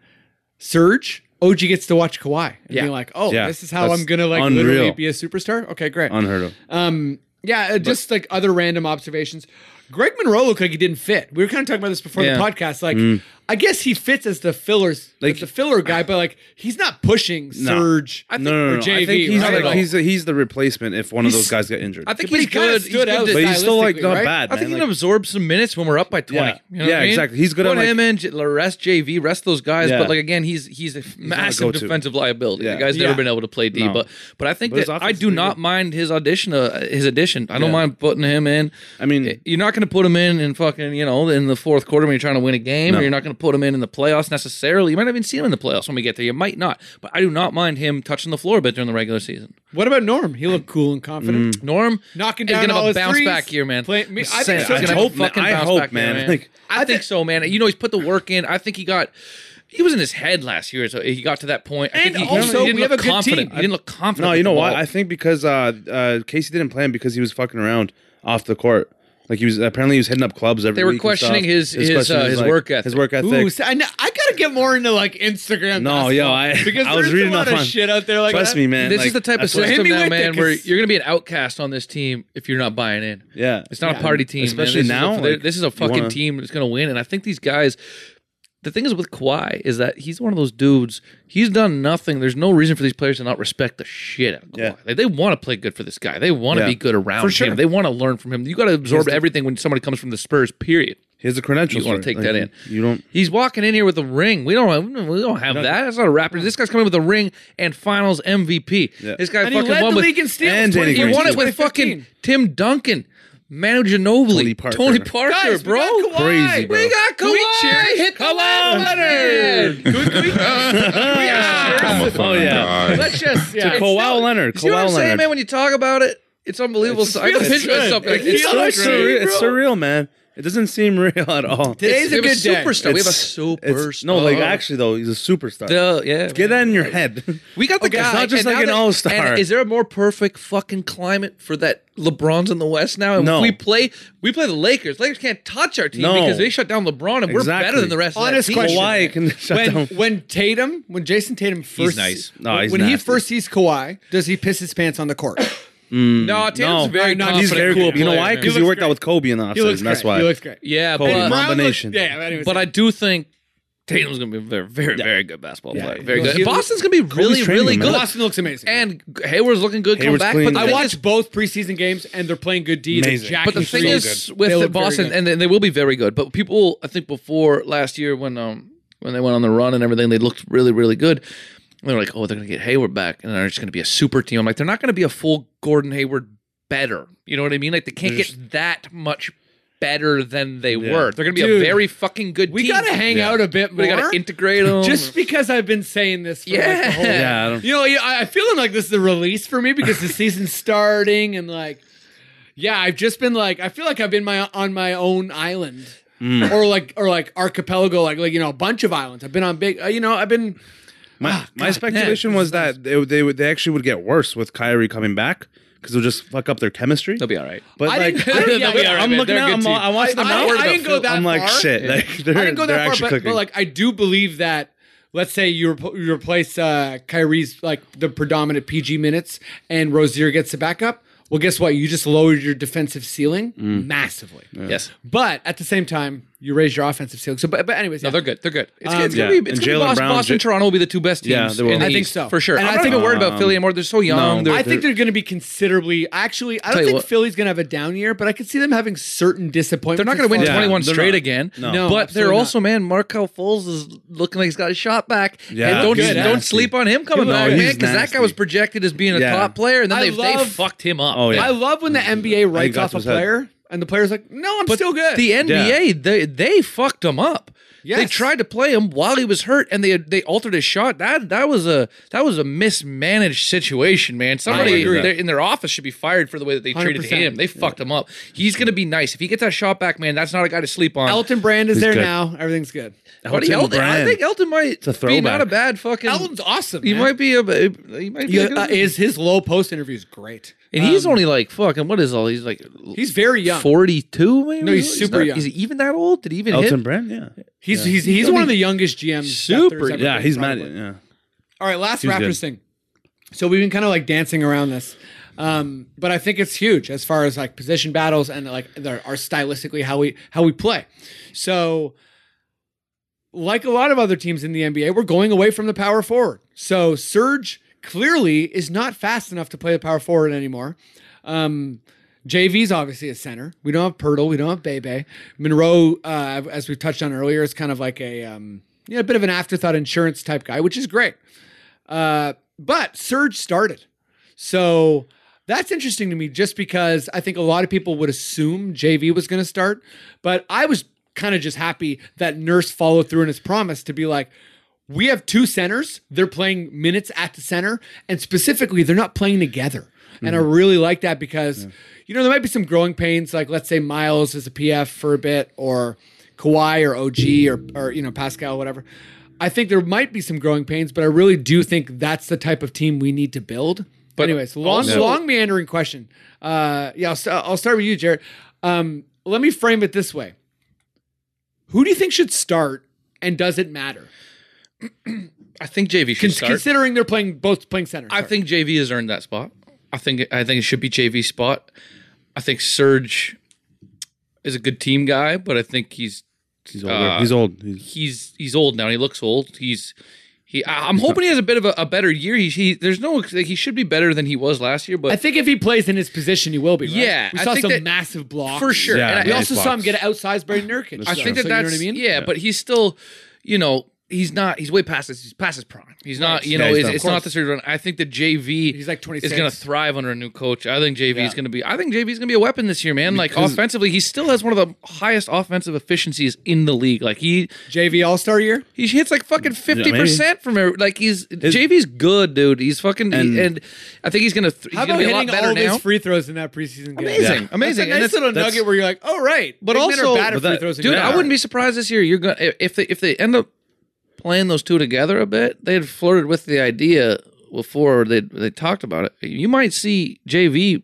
Surge, OG gets to watch Kawhi and
Yeah.
be like, oh,
Yeah,
this is how
that's
I'm gonna like
unreal.
literally be a superstar. Okay, great.
Unheard of.
Um, yeah, uh, just like other random observations. Greg Monroe looked like he didn't fit. We were kind of talking about this before
Yeah.
the podcast. Like, I guess he fits as the fillers, like
Mm. Like- ah.
the filler guy, but like he's not pushing Surge.
No, no, no,
or
no.
JV,
I think he's
right?
like-
Like-
he's he's the replacement if one of those guys get injured.
I think
But
he's
he kinda
good.
stood
he's
out
good
but he's still like
stylistically,
not
right?
bad.
I think
man.
he can
Like,
absorb some minutes when we're up by twenty.
Yeah.
You know what
Yeah,
I mean?
exactly. He's good
Put
at, like-
him in, J- the rest JV, rest those guys.
Yeah.
But like again, he's he's a massive
go-to.
defensive liability.
Yeah.
The guy's never
Yeah.
been able to play D.
No.
But but I think
But his
that
offense
I
is
do
pretty
not
good.
mind his audition. Uh, his addition. I don't
Yeah.
mind putting him in.
I mean-
Eh, you're not going to put him in in fucking you know in the fourth quarter when you're trying to win a game,
No.
or you're not going to put him in in the playoffs necessarily. You might not even see him in the playoffs when we get there. You might not. But I do not mind him touching the floor a bit during the regular season.
What about Norm? He looked cool and confident.
Mm,
Norm
Knocking
is
down
gonna
all
have a
his
bounce
threes.
back year, man.
Play- me-
I'm
I
saying,
think so,
he's
too.
gonna have a
Hope, man.
fucking
I
bounce
hope,
back year,
man. Like,
I, think, so, man. You know, he's put the work in. I think he got. He was in his head last year, so he got to that point. I
And
think he,
also,
he didn't
we have
look
a good
confident.
team.
He didn't look confident.
no,
with
you know
the
what?
ball.
I think because uh, uh, Casey didn't play him because he was fucking around off the court. Like he was apparently he was hitting up clubs every.
They were
week and stuff.
questioning his- his,
question
uh,
is,
his
like,
work ethic.
His work ethic.
Ooh, so I, kn- I got to get more into like Instagram.
No,
basketball,
yo, I-
because
I was
there's
reading
a lot
up
of
on-
shit out there like
Trust
that.
me, man.
This
like,
is the type of
that's what-
hit
system
me
now,
with it,
man, where
'cause-
you're gonna be an outcast on this team if you're not buying in.
Yeah,
It's not
Yeah.
a party team, man.
Especially
This is a-
now,
they're-
like,
this is a
you
fucking
wanna-
team that's going to win. And I think these guys. The thing is with Kawhi is that he's one of those dudes. He's done nothing. There's no reason for these players to not respect the shit out of Kawhi.
Yeah.
Like, they want to play good for this guy. They want to
Yeah.
be good around
sure.
him. They want to learn from him. You got to absorb everything when somebody comes from the Spurs. Period.
here's the credentials.
You wanna
for it.
take
Like,
that in.
You don't.
He's walking in here with a ring. We don't. We don't have that. That's not a Raptors. This guy's coming with a ring and Finals MVP.
Yeah.
This guy
And he
fucking
led the
won with
league in steals.
And Danny
he
Green.
won it with
2015.
fucking Tim Duncan, Manu Ginobili,
Tony
Tony
Parker.
Parker,
Guys,
bro.
We got Kawhi.
Crazy, bro.
We got
Can we
Kawhi.
cheer?
Hit the
Come
last
on.
letter.
Can we- can we-
I'm a fun
Oh, yeah.
guy.
Let's just yeah.
Kawhi Leonard.
See what I'm
Kawhi
saying,
Leonard.
man? When you talk about it, it's unbelievable. So I can
feels
pinch
good.
myself. Like, it's
It
It's so
feels
so great.
surreal. It's surreal, man. It doesn't seem real at all.
Today's
we have
a good
a
day.
superstar. we have a
It's- it's-
superstar.
No, like actually though, he's a superstar.
The- yeah,
Get that in your head.
We got the
Okay,
guy.
It's not just
and
like
now
an
that-
all star.
and Is there a more perfect fucking climate for that? LeBron's in the West now, and
No.
we play we play the Lakers. Lakers can't touch our team
No.
because they shut down LeBron, and we're better
Exactly.
than the rest.
Honest
of that team.
question.
Kawhi can shut
when
down.
when Tatum, when Jason Tatum first,
nice.
No,
when,
he's
when he
nasty.
first sees Kawhi, does he piss his pants on the court?
No, Tatum's
No.
very
No,
confident.
He's very cool.
player,
You know why?
man.
Because he worked out with Kobe in the
He looks
offseason. That's
great.
why.
He looks great.
Yeah,
Kobe.
but,
Brown looks-
combination.
Yeah, anyways,
but I do think Tatum's going to be a very, very, very good basketball
Yeah.
player. Very
He-
good. Boston's going to be really,
training
really
him, man.
good.
Boston looks amazing.
And Hayward's looking good coming
Hayward's
back.
clean.
But the
I
thing
watched
is-
both preseason games, and they're playing good D. They're
Amazing.
jacking
But the thing
threes.
is
They
with
look very
Boston,
good.
and they, they will be very good. But people, I think before last year when um when they went on the run and everything, they looked really really good. And they were like, oh, they're going to get Hayward back, and they're just going to be a super team. I'm like, they're not going to be a full Gordon Hayward better. You know what I mean? Like they can't get that much better than they were. They're going to be
Dude,
a very fucking good.
we
team.
gotta hang out a bit
We got
more.
to integrate them.
just because I've been saying this. For like the whole
Yeah.
Yeah, I don't-
You know, yeah, I I feeling like this is a release for me because the season's starting and like, yeah, I've just been like, I feel like I've been my on my own island
Hmm.
or like or like archipelago, like like you know a bunch of islands. I've been on big, uh, you know, I've been
My, my speculation was that they, they would- they actually would get worse with Kyrie coming back because it'll just fuck up their chemistry.
they'll be all right.
But
I
like,
didn't- I didn't- yeah, yeah,
I'm
man,
looking
they're a
at
good
them. all-
team.
I watched them
I-
out.
I didn't go that
I'm like
far.
shit. Like, they're,
I didn't go
they're
that far,
actually
but,
clicking.
but like I do believe that. Let's say you, rep- you replace uh, Kyrie's like the predominant PG minutes, and Rozier gets the backup. Well, guess what? You just lowered your defensive ceiling
Hmm.
massively.
Yes.
But at the same time, you raise your offensive ceiling. So, but, but anyways,
No,
yeah.
they're good. They're good. It's,
Um,
it's gonna
Yeah.
be, it's
And
gonna be
Jalen
Boston,
Brown,
Boston,
Ja-
Torongo will be the two best teams.
Yeah, they will.
in the
I
think
East,
so.
for sure.
And
I'm
I
not
think-
even worried about
Um,
Philly anymore. They're so young.
no.
They're,
I
they're-
think they're going to be considerably. Actually, I
Tell
don't
you
think
what.
Philly's going to have a down year, but I could see them having certain disappointments.
They're not going to win
as far as-
Yeah,
21
they're
straight
not.
again.
No.
No,
but they're
absolutely
also man, Markel Foles is looking like he's got his shot back.
Yeah.
and don't
He's
don't
nasty.
sleep on him coming
He
back,
was-
man,
he's
because that
nasty.
guy was projected as being a
Yeah.
top player, and then
I
they they
love-
fucked him up.
Oh, yeah.
I love when the NBA writes
got
off a
to his head.
player, and the player's like, "No, I'm
But
still good."
The NBA, they they fucked him up. They
Yes.
tried to play him while he was hurt, and they they altered his shot. That that was a that was a mismanaged situation, man. Somebody
agree.
there- in their office should be fired for the way that they treated
100%.
him. They fucked him up. He's gonna be nice if he gets that shot back, man. That's not a guy to sleep on.
Elton Brand is
He's
there
good.
now. Everything's good.
But he-
Elton
Elton- I
Brand.
think Elton might be
a
not
throwback.
a bad fucking.
awesome.
he might be a. He might be. a good- Um,
is his low post interview is great.
uh, and he's only like fucking. What is all? He's like.
He's very young.
Forty-two, maybe.
No, he's super
not-
young.
Is he even that old? Did he even
Elton
hit?
Brand, yeah,
He's he's he's one of the youngest GMs. that
Super-
there's ever
yeah,
been,
he's mad.
probably.
Yeah,
All right, last
He's
Raptors
good.
thing. So we've been kind of like dancing around this, um, but I think it's huge as far as like position battles and like the, our stylistically how we how we play. So, like a lot of other teams in the NBA, we're going away from the power forward. So Serge clearly is not fast enough to play the power forward anymore. Um, JV's obviously a center. We don't have Pirtle. We don't have Bebe. Monroe, uh, as we touched on earlier, is kind of like a um, you know, a bit of an afterthought insurance type guy, which is great. Uh, but Surge started. So that's interesting to me just because I think a lot of people would assume JV was going to start. But I was kind of just happy that Nurse followed through on his promise to be like, we have two centers. They're playing minutes at the center, and specifically, they're not playing together. And I really like that because, you know, there might be some growing pains, like let's say Miles is a PF for a bit, or Kawhi or OG or, or you know, Pascal, whatever. I think there might be some growing pains, but I really do think that's the type of team we need to build. But anyways, long, long meandering question. Uh, yeah, I'll, st- I'll start with you, Jared. Um, let me frame it this way: Who do you think should start and does it matter?
I think JV should
Con-
start.
Considering they're playing both playing center.
I
sorry.
think JV has earned that spot. I think I think it should be JV spot. I think Serge is a good team guy, but I think he's
He's older.
Uh,
he's old. He's,
he's he's old now. He looks old. He's he. I, I'm hoping he has a bit of a, a better year. He, he there's no like, he should be better than he was last year,
I
but
think if he plays in his position, he will be. right?
Yeah,
we
I
saw
think
some
that-
massive blocks
for sure.
Yeah,
And I-
We
yeah,
also
nice
saw him
blocks.
get outsized Barry Nurkic.
I think that
So you know
that's
what I mean.
yeah, but he's still, you know, he's not. He's way past his. He's past his prime. He's not. You
Yeah,
know,
he's
it's,
done.
it's not the third run. I think that JV.
He's like
Is going to
26.
thrive under a new coach. I think JV is going to be. I think JV is going to be a weapon this year, man. Like offensively, he still has one of the highest offensive efficiencies in the league. Like he
JV All Star year.
he hits like fucking fifty percent from every, like he's JV's good, dude. He's fucking and,
And-
I think he's gonna. Th- he's
How
gonna
about
be a lot
hitting
better
all
now.
his free throws in that preseason game?
amazing,
Yeah.
amazing. And
That's a nice
that's-
little
that's-
nugget where you're like, oh right,
But
big men are
also-
bad at
But that-
free throws.
dude, I wouldn't be surprised this year. You're gonna if they if they end up playing those two together a bit. They had flirted with the idea before they they talked about it. You might see JV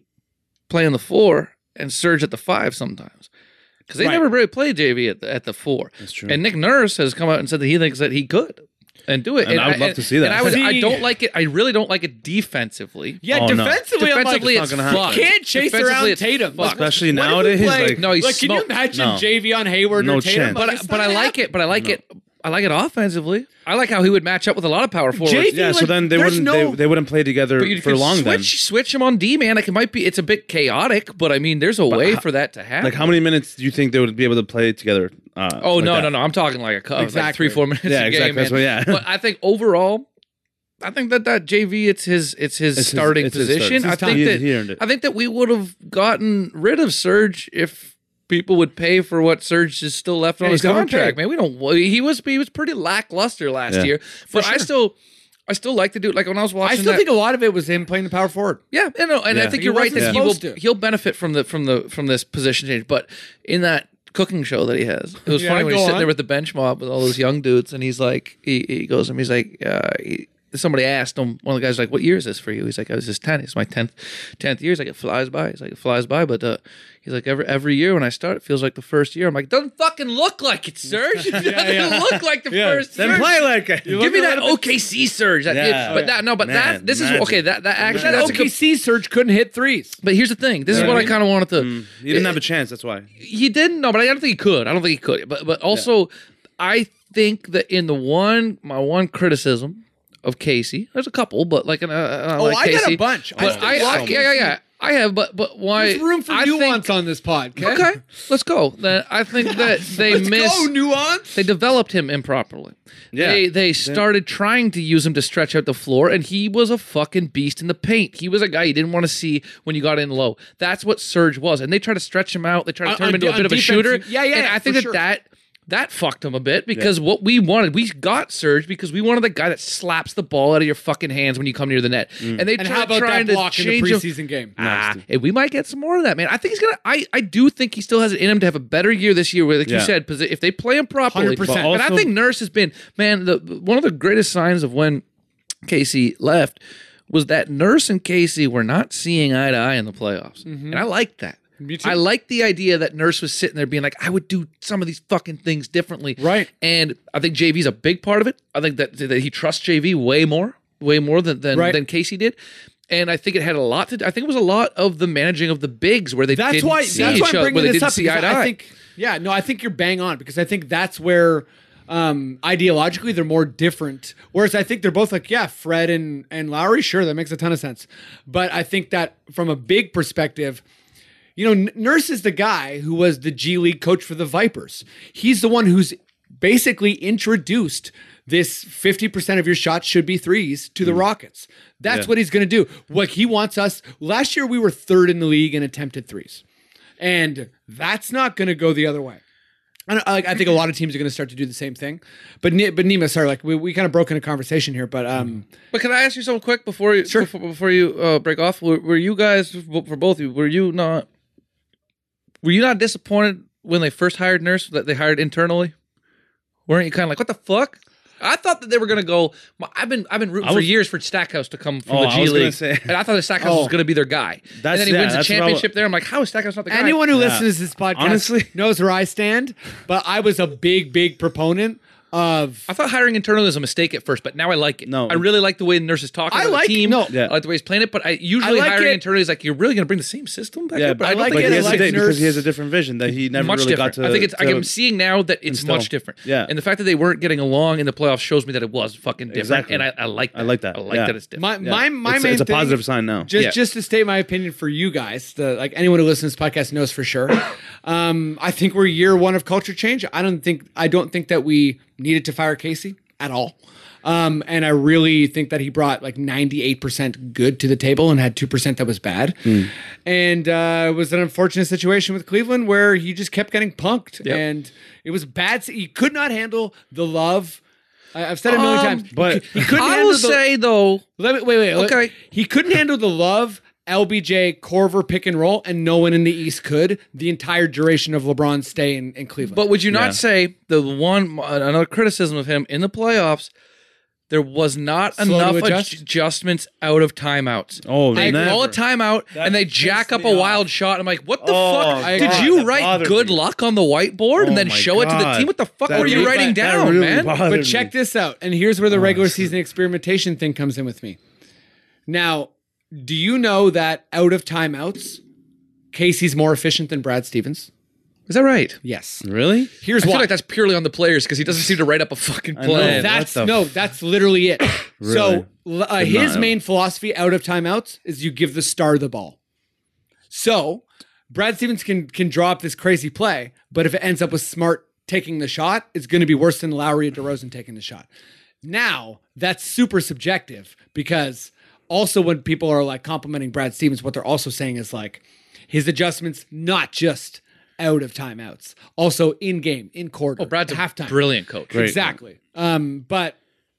playing the four and Surge at the five sometimes. Because they
Right.
never really played JV at the, at the four,
That's true.
and Nick Nurse has come out and said that he thinks that he could and do it.
And I would love to see that.
And I, was, I
See-
don't like it. I really don't like it defensively.
Yeah,
Oh, no.
defensively, I'm
Defensively,
like,
it's
not gonna
fucked.
happen.
can't chase
Defensively,
around
it's
Tatum.
fucked.
Like,
Especially
what if we
nowadays,
play-
like-
No, he's
like, can you
smoked.
imagine
No.
JV on Hayward
No
or Tatum?
chance.
Like,
But I,
it's
but
not
I
gonna
like it. But I like it. I like it offensively. I like how he would match up with a lot of power forwards.
Jake-
yeah, so
like,
then they
there's
wouldn't
no-
they, they wouldn't play together
you
for
could
long then.
switch switch him on D man. Like it might be. It's a bit chaotic, but I mean, there's a way for that to happen.
Like how many minutes do you think they would be able to play together? Uh,
Oh
like
no,
that?
no, no! I'm talking like a couple, like
Exactly.
three, four minutes.
Yeah,
a
exactly.
Game,
That's
man.
what- yeah.
but I think overall, I think that that JV, it's his, it's his
It's his-
starting
it's his
position.
start. It's his
I
time.
think that
He- he earned it.
I think that we would have gotten rid of Serge if people would pay for what Serge is still left on his
he's not
contract.
paid.
Man, we don't. He was he was pretty lackluster last
Yeah.
year, but I still, I still like to do it. Like when I was
I
watching,
still
that-
think a lot of it was him playing the power forward.
yeah, and, and I
Yeah.
think
He
you're right that
wasn't
he will
supposed to.
he'll benefit from the from the from this position change. But in that cooking show that he has, it was
Yeah,
funny when
go
he's sitting
on.
there with the bench mob with all those young dudes, and he's like, he, he goes to him, he's like, uh, he, somebody asked him, one of the guys like, what year is this for you? He's like, I was just ten. It's my tenth tenth year. He's like, it flies by. He's like, it flies by, but. uh He's like every every year when I start, it feels like the first year. I'm like, doesn't fucking look like it, Serge. It doesn't
yeah.
look like the first.
Then
year.
play like it.
Give me that OKC surge. That,
Yeah.
But that no, but
Man,
that this
imagine.
is okay. That that actually
That
that's a good
OKC surge couldn't hit threes.
but here's the thing. This is what I Mm. kind of wanted to.
He didn't have a chance. That's why.
He didn't. No, but I don't think he could. I don't think he could. But but also, I think that in the one my one criticism of Casey, there's a couple, but like an, uh, uh,
Oh,
like
I got a
Casey.
bunch. I
But
still
I, I,
love
yeah, yeah, yeah. I have, but but why?
There's room for
I think-
nuance on this podcast.
okay, let's go. Then I think that they
Let's
miss.
go, nuance.
They developed him improperly.
Yeah.
They they started trying to use him to stretch out the floor, and he was a fucking beast in the paint. He was a guy you didn't want to see when you got in low. That's what Serge was. And they tried to stretch him out. They tried to
On-
turn
on
him into
de-
a bit
Uh, on
of a
defense,
shooter.
yeah, yeah,
And I think
for
that
sure.
that that fucked him a bit because what we wanted, we got Serge because we wanted the guy that slaps the ball out of your fucking hands when you come near the net. And they
Mm.
tried
And how about
trying
that block
to
in the
change him.
preseason game?
Ah,
Mm-hmm.
and we might get some more of that, man. I think he's gonna. I, I do think he still has it in him to have a better year this year. Where, like you
Yeah.
said, posi- if they play him properly,
100%.
and I
Also-
think Nurse has been man. The one of the greatest signs of when Casey left was that Nurse and Casey were not seeing eye to eye in the playoffs, and I like that.
Mm-hmm. Me too.
I like the idea that Nurse was sitting there being like, I would do some of these fucking things differently.
Right.
And I think JV's a big part of it. I think that, that he trusts JV way more, way more than than,
Right.
than Casey did. And I think it had a lot to. do I think it was a lot of the managing of the bigs where they
That's
didn't
why.
see
That's
each
why I'm
other, where
bringing
they
this
didn't
up.
see eye
because
to
I
eye.
think. Yeah, no, I think you're bang on because I think that's where um ideologically they're more different. Whereas I think they're both like, yeah, Fred and and Lowry, sure, that makes a ton of sense. But I think that from a big perspective. You know, N- Nurse is the guy who was the G League coach for the Vipers. He's the one who's basically introduced this 50% of your shots should be threes to the Rockets. That's what he's going to do. Like he wants us. Last year we were third in the league in attempted threes. And that's not going to go the other way. I, don't- I, I think a lot of teams are going to start to do the same thing. But Ni- but Nima, sorry, like we, we kind of broke into conversation here, but um,
But can I ask you something quick before you before, before you uh, break off? Were, were you guys for both of you? Were you not? Were you not disappointed when they first hired Nurse that they hired internally? Weren't you kind of like, what the fuck? I thought that they were gonna go. my- I've been I've been rooting for years for Stackhouse to come from
Oh,
the
I
G
was gonna
League,
say- Oh.
and I thought that Stackhouse was gonna be their guy. and
That's-
then he
yeah,
wins the
that's what I wa-
championship there. I'm like, how is Stackhouse not the guy?
anyone who listens to this podcast
Honestly-
knows where I stand. But I was a big, big proponent of
I thought hiring internal is a mistake at first, but now I like it.
No.
I really like the way the nurse is talking.
I
about
like-
the team.
no.
Yeah.
I like the way he's playing it. But I usually
I like
hiring
it.
internally is like you're really going to bring the same system back.
Yeah,
up?
but I
don't
like
think
but
it.
he
I
has
like
a, di- because he
nurse-
has a different vision that he never
much
really
different.
got to.
I think it's.
to-
I'm seeing now that it's
instill.
much different.
Yeah.
and the fact that they weren't getting along in the playoffs shows me that it was fucking different.
Exactly.
And I, I like. That.
I like that.
I like
Yeah.
that it's different.
my my my
it's,
main
it's a
thing-
positive sign now.
Just
Yeah.
just to state my opinion for you guys, the like anyone who listens to this podcast knows for sure. Um, I think we're year one of culture change. I don't think I don't think that we needed to fire Casey at all. Um, and I really think that he brought like 98% good to the table and had 2% that was bad.
Hmm.
And uh, it was an unfortunate situation with Cleveland where he just kept getting punked. And it was bad. He could not handle the love. I, have said it a million
Um,
times.
but-
he, couldn't
I
handle
will
the-
say though,
let me wait, wait. let-
Okay.
he couldn't handle the love. LBJ Corver pick and roll, and no one in the East could the entire duration of LeBron's stay in, in Cleveland.
But would you not say the one another criticism of him in the playoffs? There was not
Slow to
enough
adjust?
adj- adjustments out of timeouts.
Oh,
they
never.
call a timeout and they jack up a wild shot. I'm like, what the
Oh,
fuck?
God,
Did you
that
write
bothered
good
me.
luck on the whiteboard
Oh
and then
my
show it to the
God.
team? What the fuck
That
were you
really-
writing
that
down,
really
man?
bothered
But
me.
check this out, and
Oh,
here's where the regular season experimentation thing comes in with me. Now, do you know that out of timeouts, Casey's more efficient than Brad Stevens?
Is that right?
Yes.
Really?
Here's
I feel
why.
like that's purely on the players because he doesn't seem to write up a fucking
know.
plan.
That-
That's
What the
no, that's literally it. So l- uh,
Did not
his
know.
main philosophy out of timeouts is you give the star the ball. So Brad Stevens can can draw up this crazy play, but if it ends up with Smart taking the shot, it's going to be worse than Lowry and DeRozan taking the shot. Now that's super subjective because also when people are like complimenting Brad Stevens, what they're also saying is like his adjustments not just out of timeouts, also in game, in quarter,
Brad's a
halftime,
brilliant coach.
Exactly. Um, but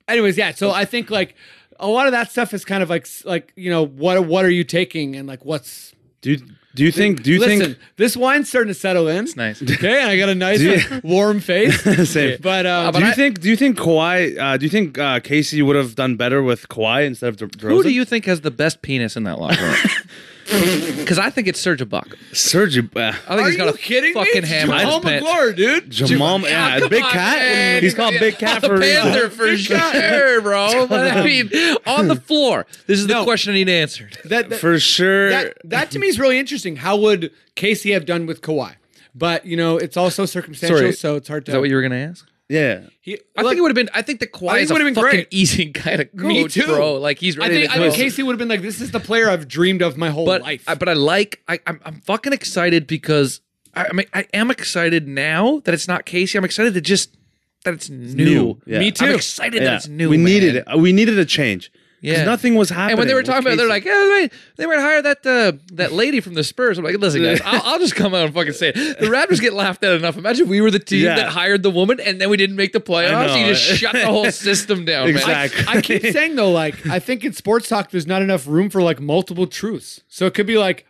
anyways, yeah. So I think like a lot of that stuff is kind of like s- like you know what what are you taking and like what's
Do you, do you think? Do you
listen
think?
this wine's starting to settle in.
nice.
Okay, and I got a nice like, warm face.
Same.
But um,
do you think? Do you think Kawhi? Uh, do you think uh, Casey would have done better with Kawhi instead of De- DeRozan?
Who do you think has the best penis in that locker room? Because I think it's Serge Ibaka.
Serge? Uh,
I think
are
he's got
you
a
kidding
fucking
me?
hammer in his
Jamal
pants.
McGlory, dude.
Jamal, yeah, Big Cat. He's called Big Cat for a reason.
Panther for sure, bro. But I mean, on the floor. This is the question I need answered.
That, that,
For sure.
that that to me is really interesting. How would Casey have done with Kawhi? But you know, it's also circumstantial,
Sorry.
so it's hard to.
Is that what you were gonna ask?
yeah.
he,
I think it would have been. I think the Kawhi
think
is a
it would have
fucking
been great.
easy kind of coach,
Me too.
bro. Like he's
I
ready
think,
to
I
go.
think Casey would have been like, "This is the player I've dreamed of my whole
but
life."
I, but I like. I, I'm I'm fucking excited because I, I mean I am excited now that it's not Casey. I'm excited to just that it's new.
new, yeah. Me
I'm
too.
excited that
Yeah.
it's new.
we
man.
needed it. We needed a change. 'Cause
Yeah.
Nothing was happening.
And when they were
with
talking about, it, they're
Casey.
like, "Yeah, they, they might hire that uh, that lady from the Spurs." I'm like, "Listen, guys, I'll, I'll just come out and fucking say it. The Raptors get laughed at enough. Imagine if we were the team
Yeah.
that hired the woman, and then we didn't make the playoffs. You
know.
just shut the whole system down, man.
Exactly.
I keep saying though, like I think in sports talk, there's not enough room for like multiple truths. So it could be like,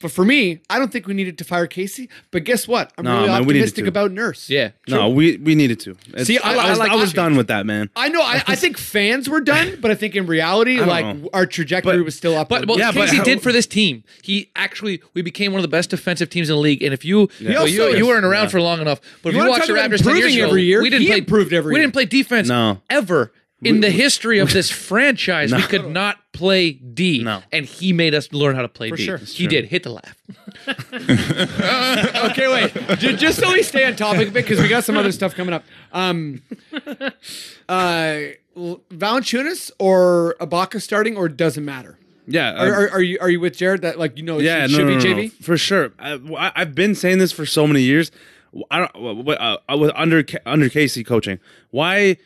but for me, I don't think we needed to fire Casey. But guess what? I'm
No,
really
man, we needed
optimistic
to.
about Nurse.
Yeah,
no, we we needed to. It's-
See, I-
I,
I
was,
like-
I was done with that, man.
I know. I, I think fans were done, but I think in reality, like
know.
our trajectory
But-
was still up.
But well,
Yeah, but
Casey
how-
did for this team. He actually we became one of the best defensive teams in the league. And if you well, you,
also-
you weren't around for long enough, but
You
if you
wanna
watch
talk
the
about
Raptors 10 years
improving
ago,
every year?
we didn't
He
play
improved every
We
year.
didn't play defense
No.
ever. In the history of this franchise, we could not play D,
No.
and he made us learn how to play D.
sure. It's
He did. Hit the laugh.
okay, wait. Ju- Just so we stay on topic a bit, because we got some other stuff coming up. Um, uh, L- Valanciunas or Ibaka starting, or doesn't matter.
Yeah.
Are,
um,
are, are you are you with Jared that like you know it
yeah.
should,
no,
should
no,
be
no, no,
JV?
for sure. I, I, have been saying this for so many years. I don't. w- w- Uh, I was under K- under Casey coaching. Why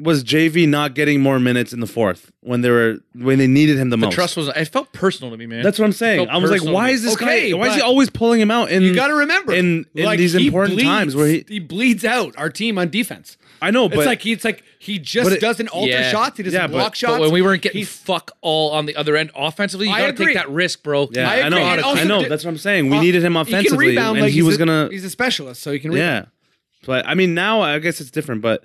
was JV not getting more minutes in the fourth when they were when they needed him the,
The
most?
trust was. It felt personal to me, man.
That's what I'm saying.
Felt
I was like,
personal
why
to
is this
Okay,
guy? Why is he
but-
always pulling him out? In
You got to remember
in in
like,
these
he
important
bleeds-
times where he.
he bleeds out our team on defense.
I know, but
it's like he, it's like he just
but it-
doesn't alter
Yeah.
shots. He doesn't
Yeah, but-
block
but
shots.
But when we weren't getting
He's-
fuck all on the other end offensively, you
I
gotta
agree.
take that risk, bro.
Yeah,
I
I, know.
agree, and also
I know.
di-
That's what I'm saying. We
uh,
needed him
he can
offensively,
rebound
and
like
he
he's
was
a,
gonna.
He's a specialist, so he can rebound.
Yeah, but I mean, now I guess it's different. But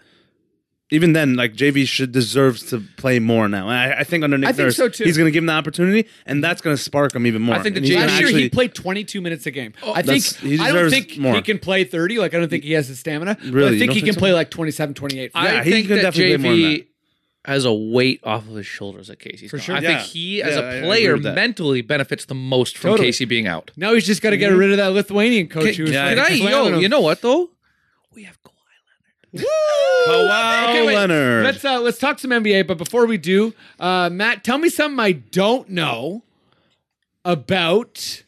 even then, like JV should deserves to play more now. And I, I think under Nick
I think
Nurse,
so, too.
he's going to give him the opportunity, and that's going to spark him even more.
think that
And he's
JV
gonna
Last year
actually- Oh,
he played 22 minutes a game. I think
That's- he
I don't
deserves
think
more.
he can play 30. Like I don't think he has the stamina. But
Really?
I
You
think
don't
he
think
can
so?
play like 27, 28.
Yeah,
I
he
think
could
that
definitely play more than
JV has a weight off of his shoulders at Casey's. For
sure.
I
Yeah.
think he, as
Yeah, I
a
agree
player,
with that.
mentally benefits the most from
Totally.
Casey being out.
now he's just got to get rid of that Lithuanian coach who was
Mm-hmm. yeah,
fucking
Can I,
slamming
yo,
him.
you know what though? We have Kawhi.
Kawhi
Okay, wait.
Leonard.
Let's uh, let's talk some NBA, but before we do, uh, Matt, tell me something I don't know about.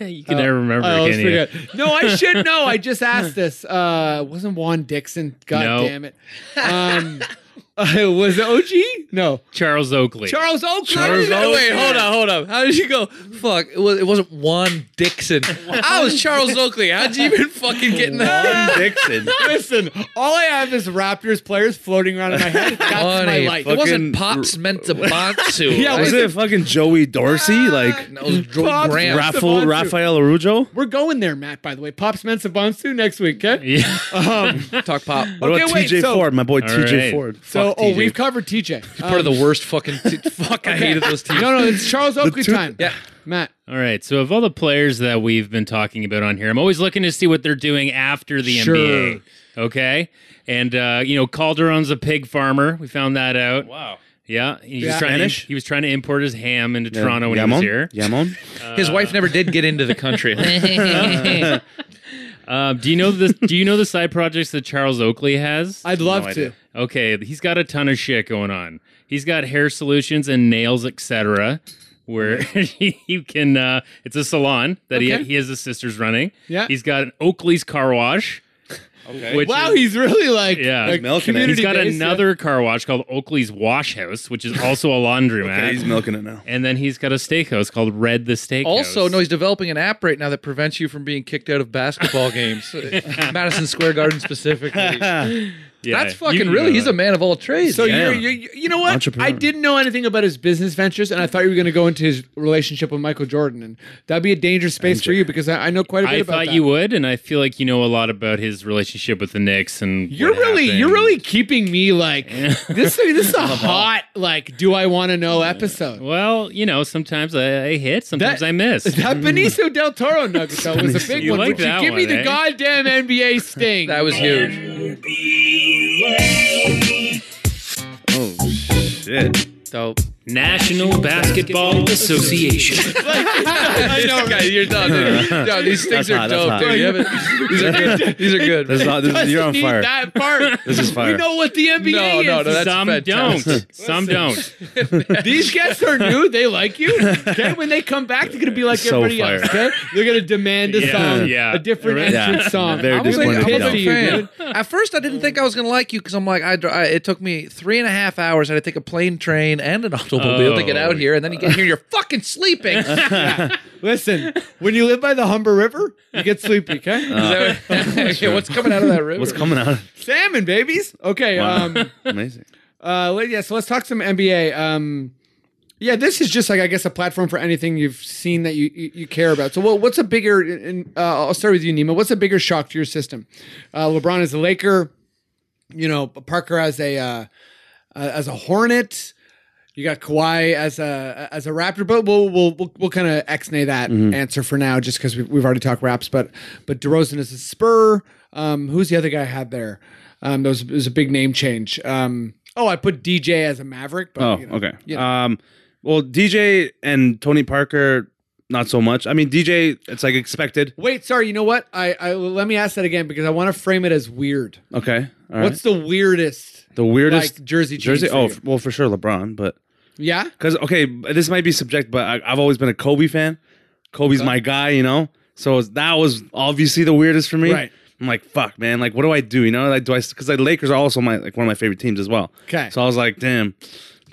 you can never remember
I always
again. yeah.
forget. No, I should know. I just asked this. Uh, wasn't Juan Dixon? God
No.
damn it! Um, uh, was it OG? No,
Charles Oakley.
Charles Oakley.
Charles Oakley.
Wait, hold on, hold on. How did you go? Fuck, it, was, it wasn't Juan Dixon. I was Charles Oakley. How'd you even fucking get in that?
Juan Dixon.
Listen, all I have is Raptors players floating around in my head. That's my
Funny.
life.
It
Fucking-
wasn't Pops meant to Bonsu.
Yeah,
Was it fucking Joey Dorsey?
Ah,
Like
No, it was Joy
Pops
Graham.
Rap-
Raffle,
Devontae.
Rafael Arujo?
We're going there, Matt. By the way, Pops Mensabonsu next week. Okay.
Yeah.
Um,
Talk Pop.
What about
Okay, wait,
TJ
so-
Ford? My boy TJ
right.
Ford.
so,
Fuck
oh,
TJ.
we've covered TJ.
Part of the worst fucking. T- fuck, I hated those teams.
No, no, it's Charles Oakley
tooth-
time. Yeah, Matt.
All right. So of all the players that we've been talking about on here, I'm always looking to see what they're doing after the
Sure.
NBA. Okay. And uh, you know, Calderon's a pig farmer. We found that out. Wow. Yeah. He was
Yeah.
trying to,
Spanish?
he was trying to import his ham into
Yeah.
Toronto when he
Yamon?
was here.
Yamon?
His wife never did get into the country.
Um, do you know the do you know the side projects that Charles Oakley has?
I'd love
idea.
to.
Okay, he's got a ton of shit going on. He's got hair solutions and nails, etc. Where you can, uh, it's a salon that
Okay.
he he has his sisters running.
Yeah.
he's got an Oakley's car wash. Okay. Which
Wow,
is-
he's really like
Yeah. He's
like
milking it.
community
he's got
based, yeah.
another car wash called Oakley's Wash House, which is also a laundromat.
Okay, he's milking it now.
and then he's got a steakhouse called Red the Steakhouse.
Also, no, he's developing an app right now that prevents you from being kicked out of basketball games, Madison Square Garden specifically.
Yeah,
That's
you
fucking
can
really.
go
He's a
there.
man of all trades.
So
yeah.
you're, you're, you you know what?
Entrepreneur.
I didn't know anything about his business ventures, and I thought you were going to go into his relationship with Michael Jordan, and that'd be a dangerous space for you because I, I know quite a bit
I
about
thought
that.
you would, and I feel like you know a lot about his relationship with the Knicks. And
You're
what
really,
happened.
you're really keeping me like this. This is a hot like, do I want to know episode?
Well, you know, sometimes I, I hit, sometimes
That-
I miss.
That Benicio del Toro nugget though was a big
You
one.
like
Would you
that
give me
one,
the
eh?
goddamn NBA sting?
that was huge.
Oh, shit.
So
National Basketball Association.
I know, guy, you're done. Dude. No, these things
That's
are
hot, that's
dope,
hot.
dude. You haven't- these are good. These are good.
This is, not- this is- you're on
Need
fire.
That part.
This is fire.
We know what the NBA
No,
is.
no, no, that's
Some
fantastic.
don't. Some don't.
These guests are new. They like you. Okay, when they come back, they're gonna be like
So
everybody else.
fire.
Okay, they're gonna demand a
Yeah,
song,
yeah.
a different
Right.
entrance
Yeah.
song.
Very
I'm
disappointed
like
if you
pissed at
don't.
you, dude.
At first, I didn't think I was gonna like you because I'm like, I, dr- I it took me three and a half hours. I had to take a plane, train, and an automobile to get out
Oh.
here, and then you get here, you're fucking sleeping. Is
Listen, when you live by the Humber River, you get sleepy. Okay,
Uh.
that what- Okay, what's coming out of that river?
What's coming out?
salmon babies. Okay,
Wow.
um,
Amazing.
uh, let- yeah. So let's talk some NBA. Um, yeah, this is just like I guess a platform for anything you've seen that you you, you care about. So what, what's a bigger? And uh, I'll start with you, Nima. What's a bigger shock to your system? Uh, LeBron is a Laker. You know, Parker as a uh, uh, as a Hornet. You got Kawhi as a as a Raptor, but we'll we'll we'll, we'll kind of ex-nay that
Mm-hmm.
answer for now, just because we've, we've already talked Raps. But but DeRozan is a Spur. Um, who's the other guy I had there? Um, that was, it was a big name change. Um, oh, I put DJ as a Maverick. But,
Oh,
you know,
okay.
you know.
Um, well, DJ and Tony Parker, not so much. I mean, DJ, it's like expected.
Wait, sorry. You know what? I, I let me ask that again because I want to frame it as weird.
Okay. All right.
What's the weirdest?
the weirdest
like jersey change
jersey?
for
Oh,
you?
f- well, for sure LeBron, but
Yeah.
because okay, this might be subject, but I, I've always been a Kobe fan. Kobe's my guy, you know. So that was obviously the weirdest for me.
Right.
I'm like, fuck, man. Like, what do I do? You know, like, do I? Because like Lakers are also my like one of my favorite teams as well.
'Kay.
So I was like, damn.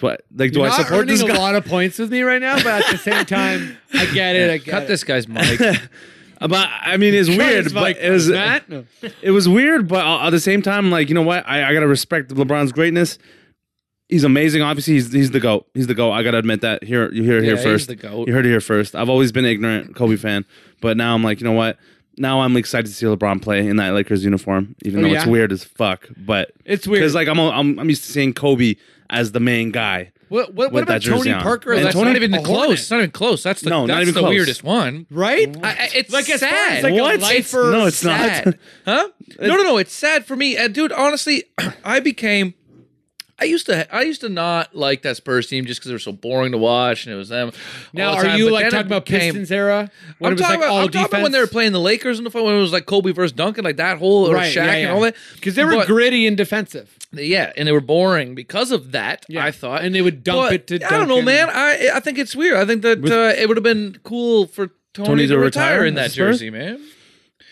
But like, do
You're
I
not
support
earning
this
a
guy?
lot of points with me right now, but at the same time, I get it. I get
Cut
it.
this guy's mic.
But I mean, it's weird. But it was
Matt. No.
it was weird, but a- at the same time, like you know what, I, I gotta respect LeBron's greatness. He's amazing. Obviously, he's he's the goat. He's the goat. I gotta admit that. Here, you hear it here
Yeah, he's
first.
the GOAT.
You heard it here first. I've always been an ignorant Kobe fan, but now I'm like, you know what? now I'm excited to see LeBron play in that Lakers uniform, even
Oh,
though it's
yeah?
weird as fuck. But
It's weird.
because like I'm, I'm I'm used to seeing Kobe as the main guy.
what what,
with
what about
that jersey
Tony
on.
Parker?
And
as
that's
Tony
not even
a
close.
Hornet?
It's not even close. That's the,
No, not
that's
even
the
close.
weirdest one.
right?
I- I- it's
Like, as
sad.
far as, like, a What? lifer,
No, it's not.
sad. huh? No, no, no. It's sad for me, and dude. Honestly, I became. I used to. I used to not like that Spurs team just because they were so boring to watch, and it was them.
Now,
all the time.
are you
But
like
then it
talking about
became-
Pistons era? When
I'm
it
talking,
was, like,
about,
all
I'm talking about when
defense?
they were playing the Lakers and the when it was like Kobe versus Duncan, like that whole or
Right,
Shaq
yeah,
and
yeah.
all that.
because they were
But-
gritty and defensive.
yeah, and they were boring because of that.
Yeah.
I thought,
And they would dump
But
it to
I don't know,
Duncan.
man. I I think it's weird. I think that uh, it would have been cool for Tony,
Tony
to,
to
retire,
retire
in that
as Spurs?
jersey, man.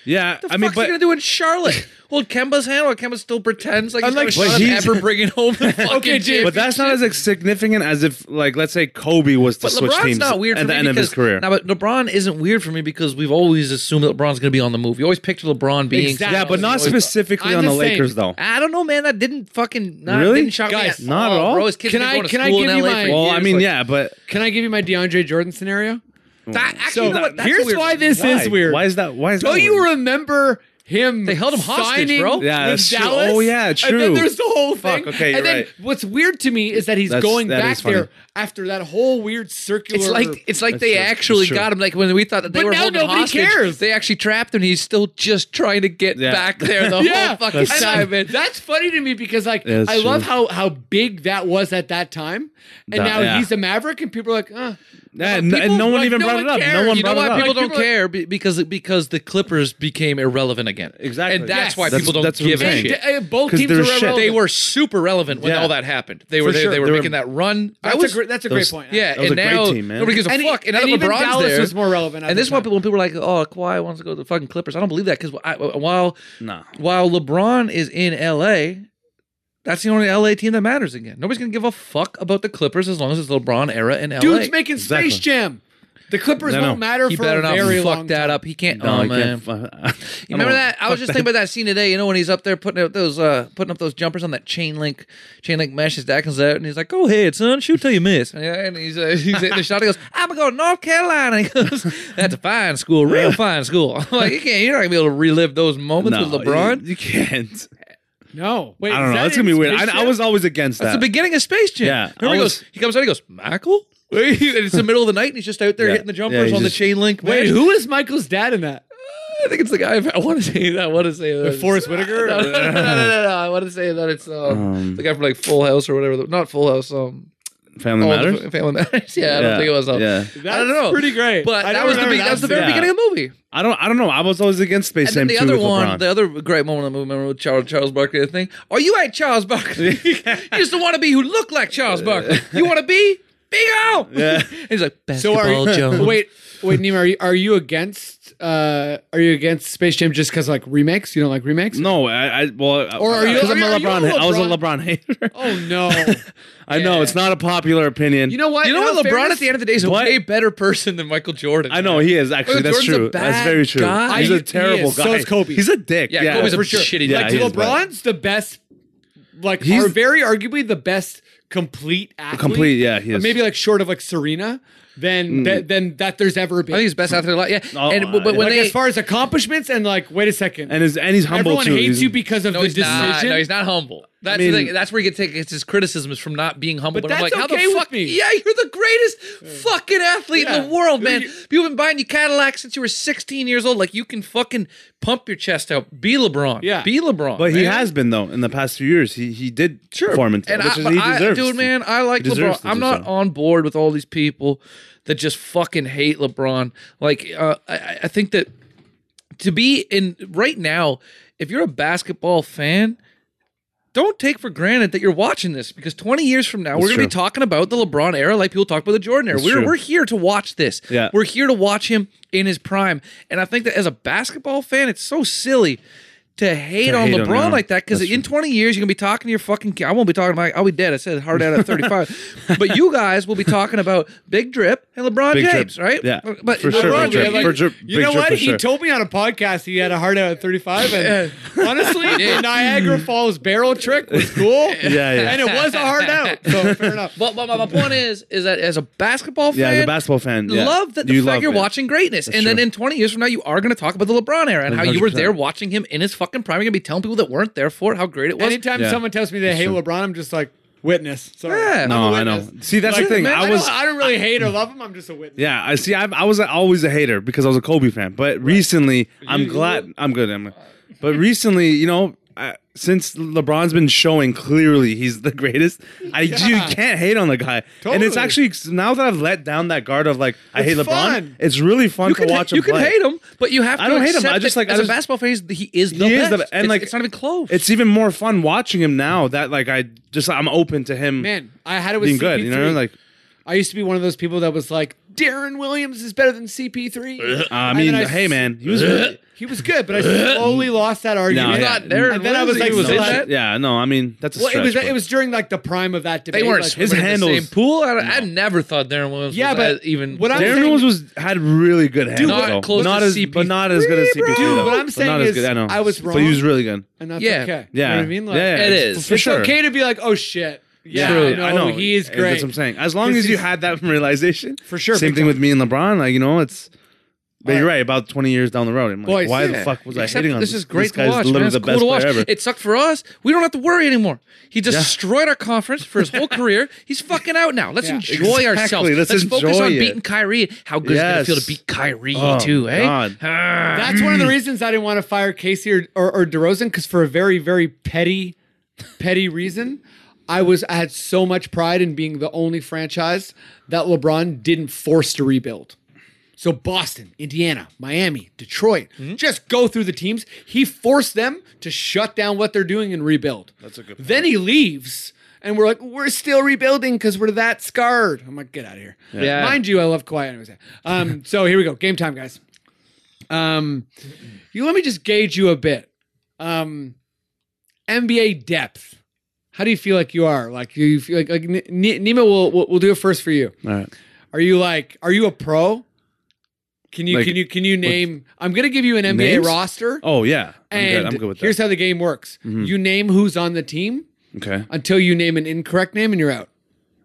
Yeah,
The
I mean,
fuck's
but
he gonna do in Charlotte? Hold Kemba's hand, while Kemba still pretends like he's
Unlike-
like
But
shut
he's-
up ever bringing home the fucking
Okay, dude,
but that's not as like, significant as if like let's say Kobe was to
But
switch
LeBron's
teams
not weird
at
for
the
me
end of his
because-
career.
Now, but LeBron isn't weird for me because we've always assumed that LeBron's going to be on the move. You always picture LeBron being.
Exactly.
yeah, but not
Always-
specifically
I'm
on
the
the
same.
Lakers though.
I don't know, man. That didn't fucking not,
Really?
didn't shock
Guys,
me at
not at all?
Bro, his kids
Can
been
I-
going to
can I
school in
give you
LA
my-
for
Well,
Well,
years,
I mean,
like-
yeah, but
Can I give you my DeAndre Jordan scenario?
That, actually,
So
you know what? That's
here's
weird.
why this
why?
is weird.
Why is that? Why is
Don't
that
you
weird?
remember him?
They held him hostage,
signing
bro.
Yeah,
with
that's true.
Dallas?
Oh, yeah,
And then
true.
there's the whole
Fuck,
thing.
okay,
and
you're
then
right.
what's weird to me is that he's
That's-
going
that
back
is funny.
there after that whole weird circular.
It's like it's like they
true.
actually
That's true.
got him. Like when we thought that they
But
were
now
holding him
nobody
hostage,
cares.
they actually trapped him. and He's still just trying to get
Yeah.
back there the
yeah,
whole fucking
And,
time.
like, That's funny to me because like
Yeah, that's
I love
true.
how how big that was at that time, and
That-
now
yeah.
he's a maverick, and people are like, uh,
Yeah, and- and no one even brought it up. No one
you know
brought
why
it up.
people don't
Like, people are-
care Be- because because the Clippers became irrelevant again.
Exactly.
and that's
Yes.
why
That's-
people don't
that's what
give
I'm
a
saying.
shit.
uh, both
'Cause
teams
they're
are
shit.
irrelevant.
They were super relevant when
Yeah.
all that happened. They were
For
they,
sure.
they were
They were-
making that run.
That's
I was
a great, that's a great
those-
point.
yeah,
was
and
a great
now
team, man.
nobody gives a
And, e-
fuck. And, now
and
that
even
LeBron's
Dallas
there,
was more relevant. at
and
the
this is why
time.
people when people are like, "Oh, Kawhi wants to go to the fucking Clippers," I don't believe that because while
No.
while LeBron is in LA, that's the only LA team that matters again. Nobody's gonna give a fuck about the Clippers as long as it's LeBron era in LA.
Dude's making
Exactly.
Space Jam. The Clippers
No, no.
won't matter
he
for
better
a
not
very long
fuck that
time.
up. He can't.
No,
oh
I
man.
can't fu- I
You
don't
remember
wanna-
that? I was just thinking about that scene today. You know when he's up there putting up those uh putting up those jumpers on that chain link chain link mesh. His dad comes out and he's like, "Go ahead, son, shoot till you miss." And- And he's uh, he's hitting the shot. He goes, "I'm gonna go to North Carolina." He goes, "That's a fine school, real fine school." I'm like, you can't. You're not gonna be able to relive those moments
No,
with LeBron.
You, you can't.
No, wait.
I
is
don't know.
that
That's gonna be
in
weird.
Space
I, I
Jam?
was always against
That's
that.
the beginning of Space Jam.
Yeah,
Remember
I
he
was-
goes, he comes out, he goes, Michael? and it's the middle of the night, and he's just out there
Yeah.
hitting the
Yeah,
jumpers
he
on the
just-
chain link.
Wait,
mesh.
who is Michael's dad in that?
I think it's the guy. I want to say. I want to say that.
Forrest Whitaker?
No, no, no, no, no, no, no. I want to say that it's um, the guy from like Full House or whatever. Not Full House. Um,
Family
All
matters.
The Family Matters. Yeah, I don't think it was. Um,
yeah.
I don't know.
Pretty great.
But that
I don't
was the
remember
big, that was the very
Yeah.
beginning of the movie.
I don't. I don't know. I was always against Space
And
Jam
then the other
too with
one,
LeBron.
the other great moment in the movie, remember with Charles, Charles Barkley, the thing? Oh, you ain't Charles Barkley. you just don't want to be who look like Charles Barkley. You want to be Big O. Yeah. he's like,
So
basketball
are you,
Jones.
wait, wait, Nima, are you, are you against uh, are you against Space Jam just because like remakes? You don't like remakes?
no, I, I well,
Or are you-
Because I'm
are
a
you- are
LeBron.
you a
hater. I was a
LeBron?
LeBron hater.
Oh no!
I know it's not a popular opinion.
You know what?
You know
In all
what? LeBron
fairness,
at the end of the day is a
What?
way better person than Michael Jordan.
I know he is actually.
Michael
That's
Jordan's a
true. That's
bad
very true.
guy.
He's
He
a
is.
terrible guy.
So is Kobe.
He's a dick.
Yeah, Kobe's a
for
sure. shitty
Yeah,
dude.
like
he is bad.
LeBron's the best, like
He's-
are very arguably the best complete athlete.
Complete, yeah, he is. Mm.
maybe like short of like Serena, than than, than that there's ever been.
I think he's best athlete alive. Yeah.
Oh,
and but, but
yeah.
when
like
they
as far as accomplishments and like wait a second,
And his and he's humble
everyone
too.
hates
He's-
you because of
no,
the
he's
decision.
not. No, he's not humble. That's
mean-
the thing. That's where he could take it's his criticism is from not being humble.
But
I'm
that's
like, how
okay
the
with
fuck?
me.
Yeah, you're the greatest fucking athlete in
Yeah.
the world, man.
You-
You've been buying you Cadillac since you were 16 years old. Like you can fucking pump your chest out. Be LeBron.
Yeah.
Be LeBron.
But he
man.
has been though in the past few years. He he did perform in
And
which
I,
is,
but
he
I-
deserves.
dude,
to.
man, I like
He deserves
LeBron.
to
I'm
do
not
so.
on board with all these people that just fucking hate LeBron. Like, uh, I, I think that to be in right now, if you're a basketball fan, don't take for granted that you're watching this because 20 years from now, we're going to be
true.
talking about the LeBron era like people talk about the Jordan era. We're,
true.
we're here to watch this.
Yeah.
We're here to watch him in his prime. And I think that as a basketball fan, it's so silly to hate
To
on
hate on
LeBron
him.
like that because
That's
in 20 years you're gonna be talking to your fucking. Kid. I won't be talking about. I'll be dead. I said hard out at 35. but you guys will be talking about Big Drip and LeBron
Big
James,
Drip.
right?
Yeah,
but
for sure,
LeBron
Big Drip.
James-
Like, For sure,
you
big
know
sure,
what?
for
He
sure.
told me on a podcast he had a heart out at 35, and honestly, the Niagara Falls barrel trick was cool.
Yeah, yeah.
And it was a hard out, so fair enough.
But, but my, my point is, is that as a basketball fan,
Yeah, as a basketball fan, yeah.
love that the
You
fact
love
you're
it.
watching greatness, and then
true.
in 20 years from now, you are going to talk about the LeBron era and how you were
100%.
there watching him in his fucking prime. You're going to be telling people that weren't there for it how great it was.
Anytime
Yeah.
someone tells me they hate LeBron, I'm just like witness. Sorry.
Yeah.
I'm
No,
a
I know.
witness.
See, that's the
Like,
thing. I
I
was-
don't, I don't really hate or love him. I'm just a witness.
Yeah, I see. I've, I was always a hater because I was a Kobe fan, but recently I'm glad I'm good. I'm, but recently, you know, I, since LeBron's been showing clearly he's the greatest, I you can't hate on the guy. And it's
Totally.
actually now that I've let down that guard of like I
It's
hate LeBron,
fun.
it's really fun
You
to
can,
watch
you
him
can
play.
hate him, but you have to.
I don't hate him.
accept
I just
that
like- I
as
just-
a basketball fan, he's the- he is the
He
best.
is the- and,
It's-
like,
it's not even close.
It's even more fun watching him now that like I just I'm open to him
Man, I had it with
being good. You know,
CP3.
like
I used to be one of those people that was like, Darren Williams is better than CP3.
I
And then
mean,
I
hey
s-
man, he was good.
he was good, but I slowly lost that argument.
yeah.
not Darren
And then I was like,
Williams
No,
is
select-
that-
yeah, no, I mean that's a
well,
stretch,
it was
but-
it was during like the prime of that debate.
they weren't
like,
swimming in the
handles-
same pool. I, I never thought Darren Williams.
Yeah,
was
but
as even
what I'm
Darren
saying-
Williams was had really good hands,
but
though.
close
not
to
as,
CP3,
but not as good as
bro.
CP3. though.
What I'm
But
saying
not as
is
good, I, know.
I was
but he
wrong.
was really good.
and that's
Yeah.
okay.
Yeah,
You know what I mean? Like,
yeah,
It is,
for
it's
sure.
okay to be like, oh shit. Yeah,
True.
I know. He is great.
That's what I'm saying. As long
This
as you
is-
had that realization,
For sure,
Same
big
thing
time.
with me and LeBron. Like you know, it's. But
Alright.
you're right. About 20 years down the road, I'm like,
Boys,
why
yeah.
the fuck was I
Except
hitting on
this is great
guy's
to watch.
literally
man. It's
the
cool
best
to watch.
player ever.
It sucked for us. We don't have to worry anymore. He just destroyed our conference for his whole career. He's fucking out now. Let's
Yeah.
enjoy
Exactly.
ourselves.
Let's
Let's, focus
enjoy
on
it.
beating Kyrie. How good is
Yes.
it gonna feel to beat Kyrie
Oh,
too? Eh?
God.
Ah.
That's one of the reasons I didn't want to fire Casey or, or, or DeRozan because for a very, very petty, petty reason, I was I had so much pride in being the only franchise that LeBron didn't force to rebuild. So Boston, Indiana, Miami, Detroit, just go through the teams. He forced them to shut down what they're doing and rebuild. That's a good. Then he leaves. And we're like, we're still rebuilding because we're that scarred. I'm like, get out of here.
Yeah.
Mind you, I love Kawhi. Anyways, um, so here we go. Game time, guys. Um, you let me just gauge you a bit. Um, NBA depth. How do you feel like you are? Like you feel like like N- N- Nima will will will do it first for you.
All right.
Are you like are you a pro? Can you
Like,
can you can you name? I'm gonna give you an NBA
Names?
roster.
Oh yeah, I'm
and
good. I'm good with
here's
that. Mm-hmm.
how the game works. You name who's on the team
Okay,
until you name an incorrect name and you're out.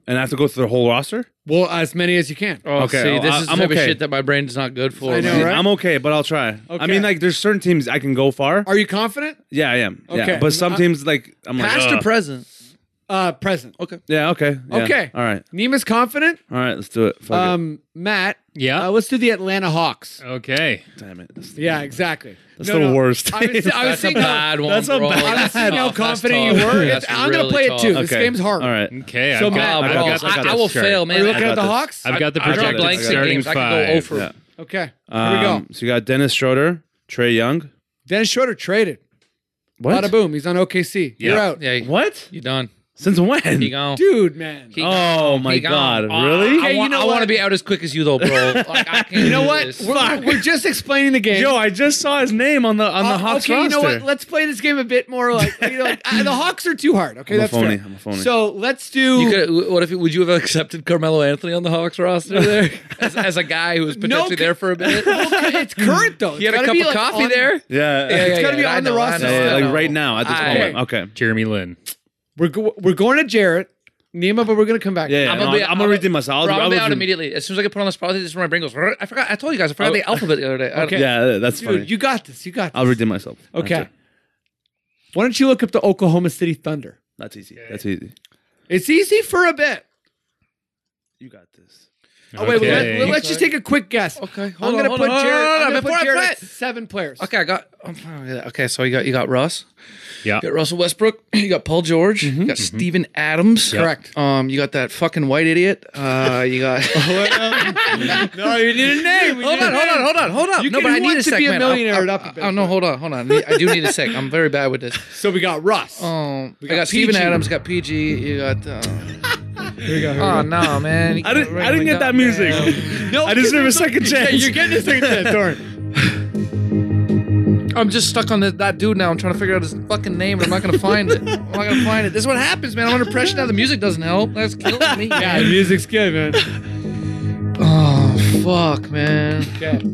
and I have to go through the whole roster.
Well, as many as you can.
Oh,
Okay,
see, this
I-
is the
I'm
type of
okay.
shit that my brain's not good for.
I know,
man.
right?
I'm okay, but I'll try. I
Okay.
mean, like there's certain teams I can go far.
Are you confident?
Yeah, I am.
Okay. Uh,
Yeah, but some
I-
teams like I'm like
Past
ugh.
or present?
Uh, present. Okay.
Yeah, okay. Yeah.
Okay.
All right.
Nima's confident.
All right, let's do it. Fuck
Um, Matt.
Yeah.
Uh, let's do the Atlanta Hawks.
Oh.
Okay.
it. Damn it. That's,
Yeah, exactly.
that's the worst.
I was, I was
That's a
thinking how,
bad one.
that's a
bro.
bad-
I was thinking how
That's tough.
confident
That's
you were.
tough.
It's-
That's
I'm gonna
really
play
tough.
it too.
Okay.
This game's hard. Mm,
All right.
Okay.
So,
I've
Matt,
got,
I,
I've
bro,
got,
I,
I've got
I
the
will
chart.
fail, man.
Are you
I-
looking at the Hawks?
I've got the
I draw
projected
blanks at
starting
games. I can go
five.
over.
Yeah.
Okay. Here
Um,
we go.
So you got Dennis Schroeder, Trey Young.
Dennis Schroeder traded.
What?
Bada boom. He's on OKC. You're
Yeah.
out.
Oh, Yeah, you-
What?
you done?
Since when?
You gone?
Dude, man.
He gone.
oh my
He gone. Ah,
god! Really?
I,
Uh, Okay, you
want,
know
I want to
what?
be out as quick as you though, bro. Like, I can't
you know
do
what?
this.
We're, we're just explaining the game.
Yo, I just saw his name on the on the
Uh,
Hawks
okay, you know what?
roster.
Let's play this game a bit more. Like, you know, like, uh, the Hawks are too hard. Okay,
I'm a
that's
phony.
fair.
I'm a phony.
So let's do.
You could, what if would you have accepted Carmelo Anthony on the Hawks roster there as, as a guy who was potentially
c-
there for a minute?
it's current though.
he had
It's
a
gotta
cup
be,
of
like,
coffee
on-
there.
yeah. Yeah,
yeah, gotta be on
I
the
know, I
roster
know,
yeah,
I
like
know.
right now at this
I-
moment. Okay.
Jeremy Lin.
We're go- we're going to Jarrett, Nima, but we're gonna come back. Ah,
Yeah, yeah,
I'm
I'm
gonna
gonna,
be-
no, I'm
I'm
gonna read them myself. I'll-
Bro, I'm
I'll
gonna be
read
out
them-
immediately. As soon as I get put on the spot, this is where my brain goes. "Rrr." I forgot. I told you guys. I forgot the alphabet the other day. I don't-
Yeah, yeah, that's
dude,
funny.
you got this. You got. This.
I'll read them myself.
Okay.
That's it.
Why don't you look up the Oklahoma City Thunder?
That's easy. That's easy.
It's easy for a bit.
You got this.
Oh wait,
Okay.
let, us just take a quick guess.
Okay, hold
I'm
on,
gonna
hold
put
on, hold on, hold
Jarrett.
on,
I'm gonna
before I
put Jarrett
play
at
it.
seven players.
Okay, I got. oh, Okay, so you got you got Russ.
Yeah.
You got Russell Westbrook. You got Paul George. You got Steven Adams.
Correct.
Um, you got that fucking white idiot. Uh, you got.
No, you need a name.
hold on, hold on, hold on, hold on.
You
no,
can
but I
want
need a
to
sec,
be a
man.
millionaire
I'm-
it up a
I'm-
bit,
oh, no,
but-
hold on, hold on. I do need a sec. I'm very bad with this.
So we got Russ.
Um, I
got
got Steven
PG.
Adams, got PG, you got. Uh, oh no, man!
I didn't. I didn't get that music.
no,
I deserve a second
Yeah,
chance.
you're getting a second chance, Doran.
I'm just stuck on that, that dude now. I'm trying to figure out his fucking name, and I'm not gonna find it. I'm not gonna find it. This is what happens, man. I'm under pressure now. The music doesn't help. That's killing me.
The music's good, man.
Oh fuck, man.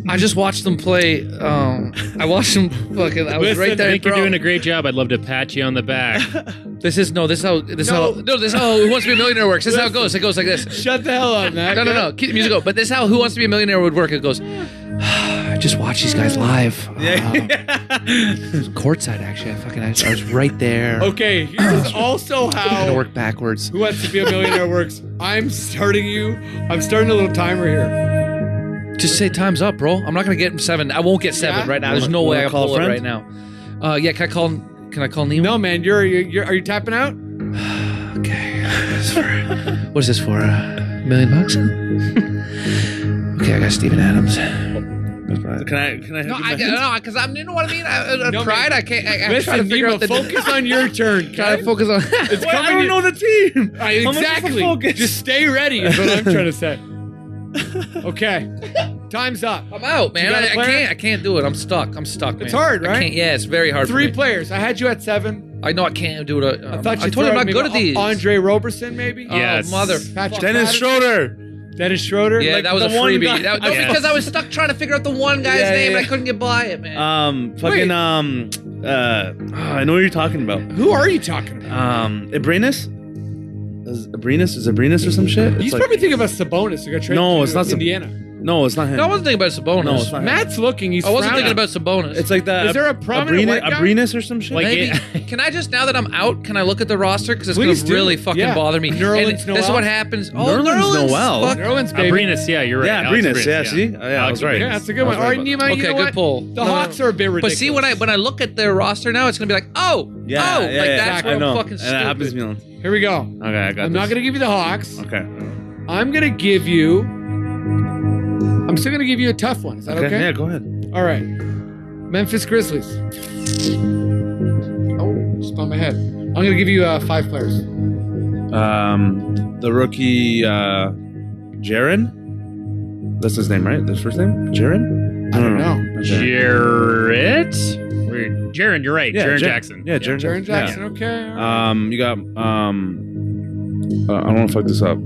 I just watched them play. Um, I watched them fucking. I was
Listen,
right there,
I think
bro.
you're doing a great job. I'd love to pat you on the back. Uh,
This is no. This is how. This no. how. No. This is how. Who wants to be a millionaire works. This is how it goes. It goes like this.
Shut the hell up, man.
No, no, no. Keep the music going. But this is how. Who wants to be a millionaire would work. It goes. I just watched these guys live. Yeah. courtside, actually. I fucking. I, I was right there.
Okay, here's also
I'm
how
gonna work backwards.
Who Wants to Be a Millionaire works. I'm starting you. I'm starting a little timer here.
Just say time's up, bro. I'm not gonna get him seven. I won't get seven
Yeah?
right now. There's no
Wanna-
way I
wanna
can
call a
pull it right
friend?
now. Uh, yeah. Can I call? Can I call Nemo?
No, man, you're, you're, you're are you tapping out?
Okay. This is for- what is this for? A million bucks? okay, I got Steven Adams.
Can I? Can I?
No, I, no, because I'm. You know what I mean? I, I, I
No,
tried.
man.
I can't. I, I'm trying to
Listen,
figure
Nemo,
out the.
focus on your turn.
Trying to
okay?
focus on.
Wait, I don't know the team.
All right,
How much is the
exactly.
focus?
Just stay ready. Is what I'm trying to say. Okay, time's up.
I'm out, man.
You got a
I, I
player?
can't. I can't do it. I'm stuck. I'm stuck.
It's
man.
hard,
I
right?
can't, yeah, it's very hard.
Three
For me.
players. I had you at seven.
I know I can't do it. I,
I thought you.
I told you I'm
throw
not
maybe
good at these.
Andre Roberson, maybe.
Oh,
Yes.
mother.
Patrick Patterson?
Dennis Schroeder.
Dennis Schroeder.
Yeah,
Like,
that was a
the one
freebie.
guy-
That, no,
Yeah.
because I was stuck trying to figure out the one guy's
Yeah, yeah,
name and I
yeah.
couldn't get by it, man.
Um, fucking um, uh, I know what you're talking about.
who are you talking about?
Um, Ibrinus. Is Ibrinus is Ibrinus or some shit? It's
He's
like-
probably thinking about Sabonis. Who got traded
No,
to
it's not Sab-
Indiana.
no, it's not him.
no, I wasn't thinking about Sabonis.
No, it's not him.
Matt's looking. He's.
I wasn't
frowning.
thinking about Sabonis.
It's like the
Is there a prominent
Abrina-
white guy?
Abrinus or some shit?
Like-
Maybe
it-
can I just now that I'm out, can I look at the roster because it's
Please
gonna
do.
really fucking
Yeah.
bother me.
Nerlens
and this is
Noel.
what happens. Oh,
Nerlens
Nerlens,
Noel.
fuck.
Nerlens, baby.
Abrinus, yeah, you're right.
Yeah,
Alex
Abrinus, yeah, see? Oh, Yeah, I
Alex
was right.
Yeah,
Abrinus.
that's a good one.
was
All
right
right,
about
Nemo,
Okay,
you know
good
what?
pull.
The
No, no,
Hawks
no.
are a bit
But
ridiculous.
see when I when I look at their roster now, it's gonna be like, oh,
yeah,
oh,
yeah,
like
yeah,
that's
I
where
know.
I'm fucking
And that happens to
stupid.
me. on-
Here we go.
Okay, I got.
I'm not
this.
gonna give you the Hawks.
Okay.
I'm gonna give you. I'm still gonna give you a tough one. Is that okay?
Yeah, go ahead.
All right. Memphis Grizzlies. Oh, just on my head. I'm gonna give you uh, five players.
Um, the rookie, uh, Jaron. That's his name, right? The first name, Jaron.
I don't know.
Jaron
Jarrett? Weird. Jaron, you're right.
yeah,
Jaron
Jaren-
Jackson.
Yeah, Jaron
Jaren Jackson. Okay. all right.
Um, you got um, uh, I don't want to fuck this up.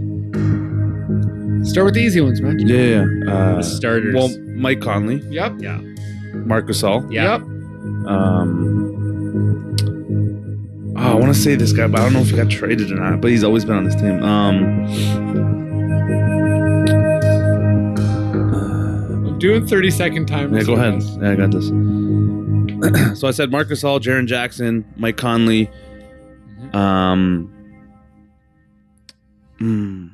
Start with the easy ones, man.
Yeah, yeah. yeah.
The
Uh,
starters.
well, Mike Conley,
Yep.
Marcus All.
yeah.
Yep.
Um, oh, I want to say this guy, but I don't know if he got traded or not. But he's always been on this team. Um,
I'm doing 30 second timers.
yeah, go
for
ahead.
this.
Yeah, I got this. so I said Marcus All, Jaron Jackson, Mike Conley.
Mm-hmm.
Um, mm,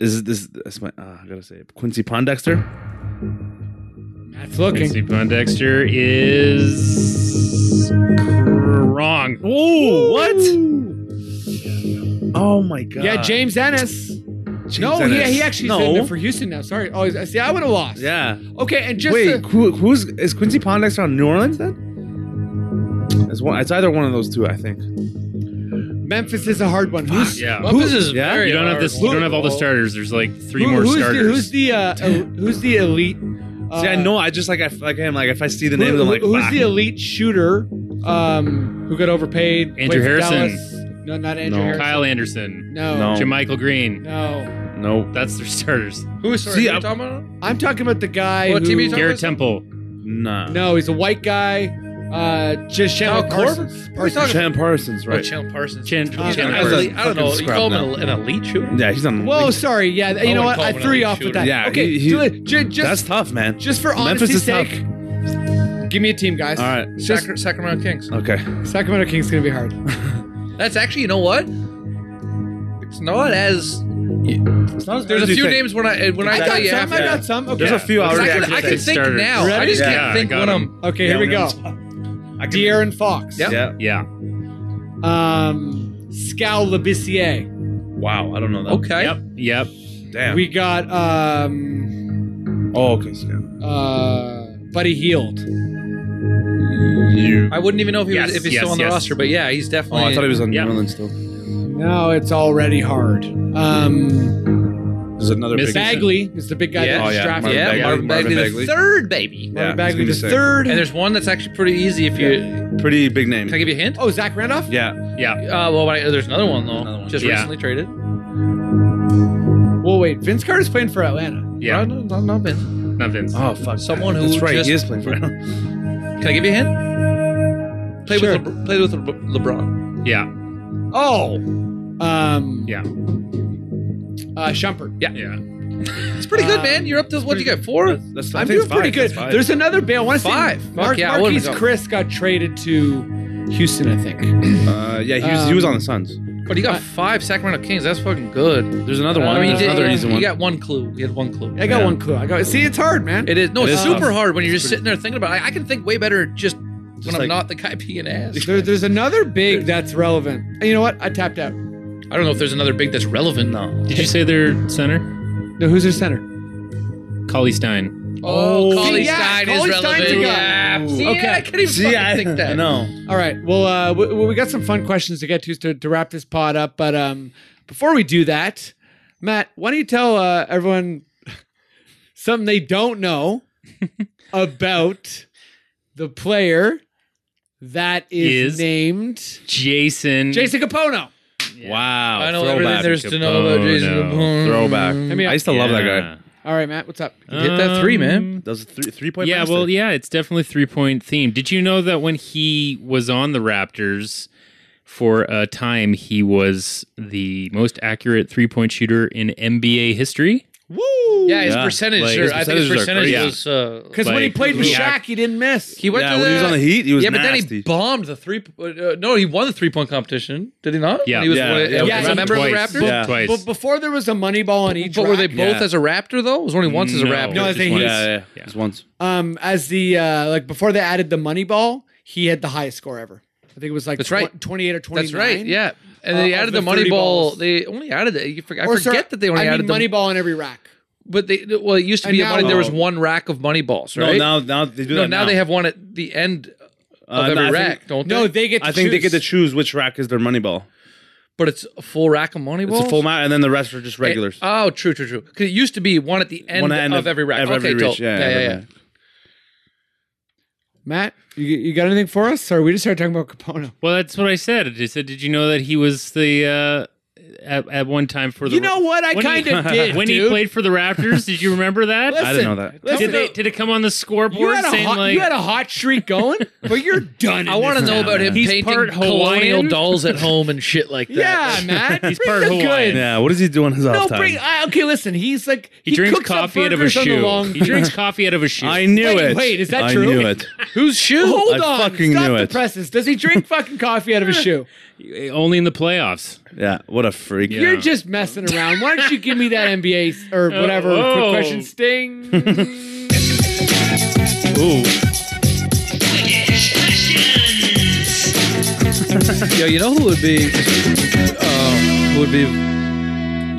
is this? That's my. Uh, I gotta say it. Quincy Pondexter.
Matt's looking.
Quincy Pondexter is wrong.
Oh, what? Oh my god.
Yeah, James Ennis.
James
no, he-
Ennis.
he, actually is in there for Houston now. Sorry. Oh, is- see, I would have lost.
Yeah.
Okay, and just
Wait,
to-
who, who's is Quincy Pondexter on New Orleans then? It's one. It's either one of those two, I think.
Memphis is a hard one. Who's,
Yeah.
Well, this is
Yeah?
very
You don't have
hard.
this. You don't have all the starters. There's like three
who-
more
who's
starters.
The, who's the uh, el- who's the elite? Uh,
see, I know. I just like I like him. Like if I see the
who-
names, I'm like,
who's
"Fuck."
the elite shooter um, who got overpaid?
Andrew
played for
Harrison.
Dallas? No, not Andrew
No.
Harrison.
Kyle Anderson,
No.
No.
Jamichael Green.
No.
Nope.
That's their starters.
Who is
See,
sorry, who are you
I'm-
talking about?
I'm talking about the guy.
What
who,
team are you talking
Garrett Temple.
Nah.
No, he's a white guy. Uh, just Shamrock
Kyle Korver?
Parsons.
Who are you Oh, talking about?
Chan Parsons,
Oh,
right?
Chandler Parsons.
Chan-
He's not
Chandler
an
Parsons.
elite- I don't know.
Fucking
You call him
scrub
an, an elite shooter?
yeah, he's on.
Whoa, sorry. Yeah, you
wouldn't
know what?
Oh, call
I
him an
threw you
elite
off with
shooter.
that.
Yeah,
okay,
he- he-
do it. Ju- just
that's tough, man.
just for
Memphis
honesty's
is tough.
sake, give me a team, guys.
All right.
Just
Sacra- Sacramento Kings.
Okay.
Sacramento King's gonna be hard.
That's actually, you know what? It's not as.
It's not as
There's a few names when I when I
I
tell
got
you.
some.
after
I
that.
got some. Okay.
There's a few
I
already.
can, I
actually
can
said.
think
starters.
now. I
Ready?
just
Yeah, I
can't think
got
when
him.
I'm.
Okay, here we go.
I can-
De'Aaron Fox.
Yep.
Yeah.
Yeah.
Um, Scal Labissiere.
Wow. I don't know that.
Okay.
Yep. Yep.
Damn.
We got um,
oh, okay. So, yeah.
uh, Buddy Heald.
I wouldn't even know if he was
Yes,
if he's
yes,
still on the
yes.
roster, but yeah, he's
Oh,
definitely.
I thought he was on
Yeah.
New Orleans still.
No, it's already hard. Um,
There's another
Miss
big
Bagley is the big guy
Yeah.
that
Oh,
was
yeah.
drafted.
Marvin
yeah,
Bagley,
Marvin Bagley,
Marvin Bagley.
the third baby.
Yeah,
Bagley
he's
the
gonna be sick.
third.
And there's one that's actually pretty easy if you.
pretty big name.
Can I give you a hint?
oh, Zach Randolph.
Yeah,
Yeah.
Uh, well, I, there's another one though.
Another one.
Just
Yeah.
recently traded.
Well, wait, Vince Carter's playing for Atlanta.
Yeah.
No, no, no, Ben.
Not Vince.
Oh fuck.
Someone who
That's right.
just-
he is playing for.
Can I give you a hint? Played
Sure.
with Lebr- played with Lebr- LeBron.
Yeah.
Oh, um,
Yeah.
uh, Shumpert.
Yeah.
It's pretty
Uh,
good, man. You're up to what you got four.
That's, I
I'm
think
doing
it's
pretty
five.
good.
It's five.
There's another band. I want to
Five.
say
Fuck
Mark,
yeah, I would've
Marquise
gone.
Chris got traded to Houston, I think.
Uh, yeah, he was, he was on the Suns.
But you got five Sacramento Kings. That's fucking good.
There's another one.
I mean, you
Uh, There's
Uh, did-
another easy
You
one.
got one clue. You had one clue.
I got one clue. I got. See, it's hard, man.
It is no, it's
is
super
tough.
hard when you're just sitting there thinking about. it. I, I can think way better just, when I'm
like-
not the guy being asked.
There, there's another big that's relevant. And you know what? I tapped out.
I don't know if there's another big that's relevant though.
Did you say their center?
No, who's their center?
Collie Stein.
Oh,
See,
Collie
yeah,
Stein is
Collie Stein's a
relevant.
guy.
Yeah. See,
Okay.
I couldn't even
See,
fucking
I
think that.
I know.
All right. Well, uh, we, we got some fun questions to get to to, to wrap this pod up. But um, before we do that, Matt, why don't you tell uh, everyone something they don't know about the player that is,
Is-
named
Jason.
Jason Capono?
Wow.
I know everything there's to know
Oh,
about Jason Capone.
Throwback.
Mm.
Hit me up.
I used to love that guy.
All right, Matt, what's up?
Hit that
Um,
three, man.
That was a three, three point.
yeah,
bastard.
well, yeah, it's definitely three point theme. Did you know that when he was on the Raptors for a time, he was the most accurate three point shooter in NBA history?
Woo!
Yeah, his
Yeah,
percentage.
like,
or-
his
I think his
percentages are
percentage
crazy.
was. Uh,
Because when he
Like,
played with
yeah.
Shaq, he didn't miss.
he went
Yeah,
to
when he was on the Heat, he was
yeah, but then he
nasty.
bombed the three. Uh, uh, no, he won the three point competition. Did he not?
Yeah.
When he was
Yeah,
one of-
yeah,
yeah,
was he a member
twice.
of the Raptors.
Yeah.
Twice.
But before there was a money ball on each.
But were they
rack.
both
Yeah.
as a Raptor though? It was only once as a
No.
Raptor.
No,
I think
Yeah,
he's-
yeah, yeah. Just once.
um as the uh like before they added the money ball he had the highest score ever i think it was like
That's right.
tw- 28 or 29
That's right. Yeah, and
Uh,
they
of
added
the
the,
30
money ball.
balls.
They only added it. You forget, I
Or,
forget
sir,
that they only
i
added
mean
the
money ball in every rack
But they well, it used to
And
be a
now-
money. There was
Oh.
one rack of money balls,
No,
right?
now now they do
No,
that.
now they have one at the end of
Uh, no,
every
I think-
rack, don't they?
no they get to
I think they get to
choose.
choose which rack is their money ball.
but it's a full rack of money
It's
balls.
a full mat, and then the rest are just regulars.
Oh, true, true, true. Because it used to be one at the end,
One end
of, every rack.
of
okay,
every
dope.
reach,
yeah,
yeah,
yeah,
every
yeah.
rack.
matt you, you got anything for us or we just started talking about capono
Well, that's what I said. I said, did you know that he was the uh, at, at one time for the
you know what i
When he-
kind of did
when
dude.
he played for the Raptors? did you remember that?
Listen,
I didn't know that.
listen,
did, they, did it come on the
you
scoreboard
had, a
saying
hot,
like
you had a hot streak going but you're done
I want to know about him
He's
painting
part
colonial
Hawaiian.
dolls at home and shit like that.
yeah matt
He's
bring
part
the
Hawaiian.
goods.
Yeah, what does he do on his
no
off time?
bring I, okay listen he's like
he, drinks
cooks up
coffee out of a
burgers on the
shoe?
long-
He drinks coffee out of a
uh,
shoe.
I knew
Wait,
it.
wait, is that
I
true?
knew it.
whose shoe?
Hold
I
on,
fucking
stop
knew
the
it.
presses. Does he drink fucking coffee out of a shoe?
Only in the playoffs.
Yeah, what a freak.
You're just messing around. Why don't you give me that NBA s- or
Uh,
whatever quick
oh.
whoa.
question sting?
Ooh,
Yo, you know who would be uh, who would be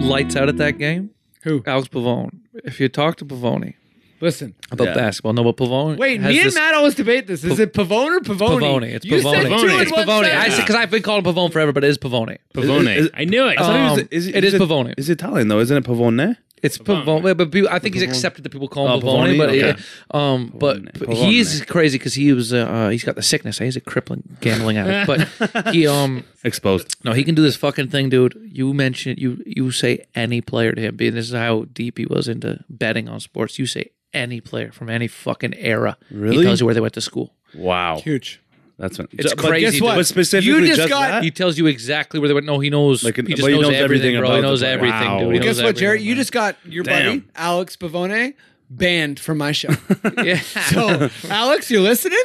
lights out at that game?
Who?
Alex Pavone. If you talk to Pavone
Listen,
about
Yeah.
basketball, no, but Pavone.
wait.
has
Me and
this-
Matt always debate this. Is it Pavone or Pavone?
Pavone. It's
You said
Pavone.
two in
It's
one
Pavone. I
sentence.
because I've been calling Pavone forever, but it is Pavone.
Pavone.
Is- Oh. is-
I knew it.
I thought he was-
it is
it is Pavone.
It's Italian though, isn't it? Pavone.
It's Pavone, but people, I think he's accepted that people call him
Oh,
Pavone,
Pavone,
but
okay.
it- um, but but
Pavone.
he's crazy because he was uh, uh, he's got the sickness. He's a crippling gambling addict, but he um
Exposed.
no he can do this fucking thing, dude. You mention you you say any player to him, being this is how deep he was into betting on sports. You say any player from any fucking era,
Really?
he tells you where they went to school.
Wow,
Huge.
that's what,
It's
Ju- but
crazy.
guess what?
dude.
But specifically,
You just
just
got-
that?
He tells you exactly where they went. No, he knows.
Like,
he just
but
knows everything, bro. He
about the
knows
player.
everything,
Wow.
dude. He
Well,
knows
Guess what, Jared?
everything.
You just got your buddy
Damn.
Alex Pavone banned from my show.
Yeah.
so, Alex, you listening?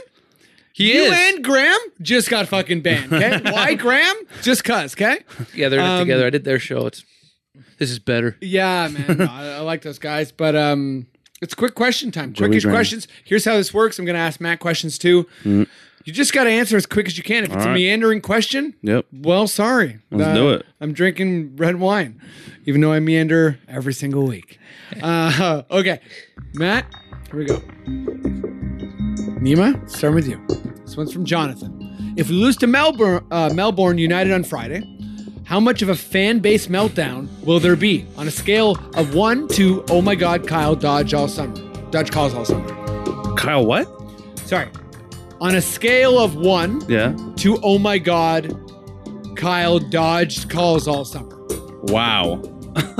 he
You
is.
and Graham just got fucking banned. Okay, why Graham? Just cause. Okay.
Yeah, they're in it
Um,
together. I did their show. It's this is better.
Yeah, man. No, I, I like those guys. But um it's quick question time. Quickish
Graham.
questions. Here's how this works. I'm gonna ask Matt questions too. You just gotta answer as quick as you can. If it's a
right.
meandering question,
Yep.
well, sorry. Uh,
Let's do it.
I'm drinking red wine, even though I meander every single week. Uh, okay. Matt, here we go. Nima, starting with you. This one's from Jonathan. If we lose to Melbourne, uh, Melbourne United on Friday, How much of a fan base meltdown will there be on a scale of one to oh my god, Kyle Dodge all summer? Dodge calls all summer.
Kyle, what?
Sorry. On a scale of one
Yeah.
to oh my god, Kyle dodged calls all summer.
Wow.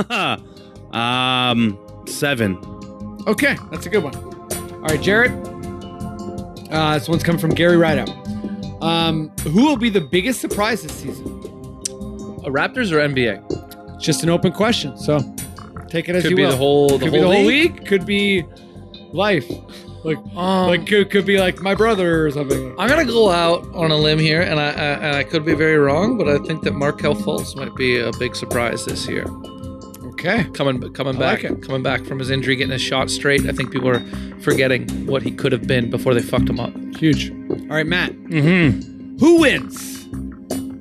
um, seven.
Okay, that's a good one. All right, Jared. Uh, this one's coming from Gary Rideout. Um, who will be the biggest surprise this season?
A Uh, Raptors or NBA?
It's just an open question, so take it as
Could
you
be
will.
the whole the
could
whole
be the whole
league.
league. Could be life. Like,
Um,
like could, could be like my brother or something.
I'm gonna go out on a limb here, and I, I and I could be very wrong, but I think that Markel Fultz might be a big surprise this year.
Okay.
Coming coming
I like
back, coming back from his injury, getting his shot straight. I think people are forgetting what he could have been before they fucked him up.
Huge. All right, Matt. Mm-hmm. Who wins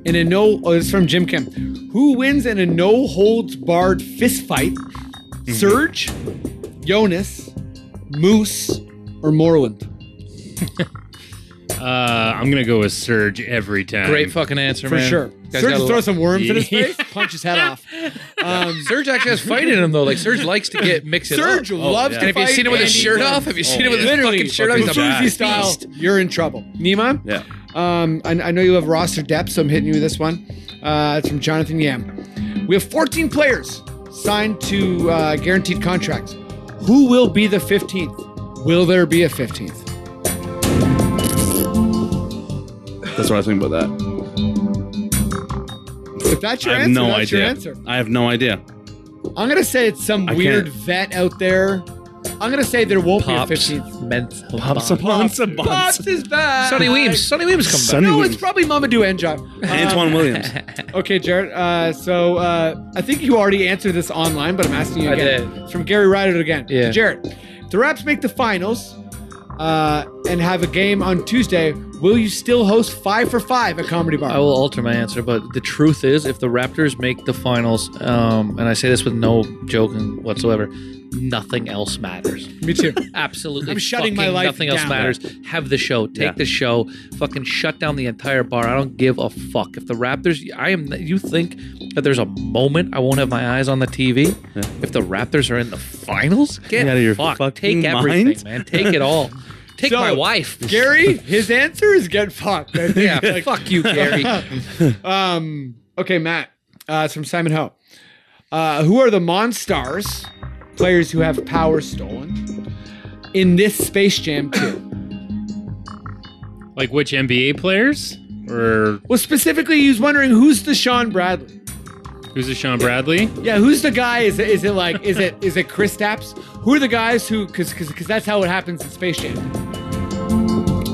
in a no? Oh, this is from Jim Kim. Who wins in a no holds barred fist fight? Serge, Jonas, Moose, or Morland?
Uh, I'm gonna go with Surge every time.
Great fucking answer,
For
man.
sure.
Guys
Serge
gotta
throw
love-
some worms in his
Yeah.
face, punch his head off. Um,
Serge actually has fight in him though. Like Serge likes to get mixed it
Serge
up.
loves
yeah.
to
And have you
fight
seen him with his
Andy
shirt
Jones.
off? Have you seen him with his
Literally,
fucking shirt off? He's a
Fugazi
beast.
style. You're in trouble. Nima?
Yeah.
Um, I, I know you have roster depth, so I'm hitting you with this one. Uh, it's from Jonathan Yam. We have 14 players signed to uh, guaranteed contracts. Who will be the 15th? Will there be a 15th?
That's what I was thinking about that.
If that's your
I have
answer,
no
that's
idea.
your answer.
I have no idea.
I'm gonna say it's some
I
weird
can't-
vet out there. I'm gonna say there won't be a
Pops,
15th.
mental.
Pops,
bomb.
Bonsa,
Pops is back.
Sonny Weems. Sonny Weems come back.
Sonny
No,
Williams.
it's probably Mamadou Enjoy.
Antoine Williams.
Okay, Jared. Uh, so uh, I think you already answered this online, but I'm asking you
I
again.
did.
It's from Gary Ryder again.
Yeah.
Jared, if the Raps make the finals uh, and have a game on Tuesday. Will you still host Five for Five at Comedy Bar?
I will alter my answer, but the truth is, if the Raptors make the finals, um, and I say this with no joking whatsoever, nothing else matters.
Me too.
Absolutely,
I'm shutting
fucking
my life
Nothing else
down.
matters. Have the show. Take
Yeah.
the show. Fucking shut down the entire bar. I don't give a fuck if the Raptors. I am. You think that there's a moment I won't have my eyes on the TV if the Raptors are in the finals? Get
out of your
fucked.
fucking
Take everything,
mind.
man. Take it all. Take
So,
my wife.
Gary, his answer is get fucked. I think.
Yeah, fuck you, Gary.
Um, okay, Matt. Uh, it's from Simon Ho. Uh, who are the Monstars, players who have power stolen, in this Space Jam 2?
Like which NBA players? Or
well, specifically, he was wondering who's the Sean Bradley?
who's it? Sean Bradley?
Yeah, who's the guy? Is it, is it like is it is it Chris Stapps? Who are the guys who? Because because that's how it happens in Space Jam.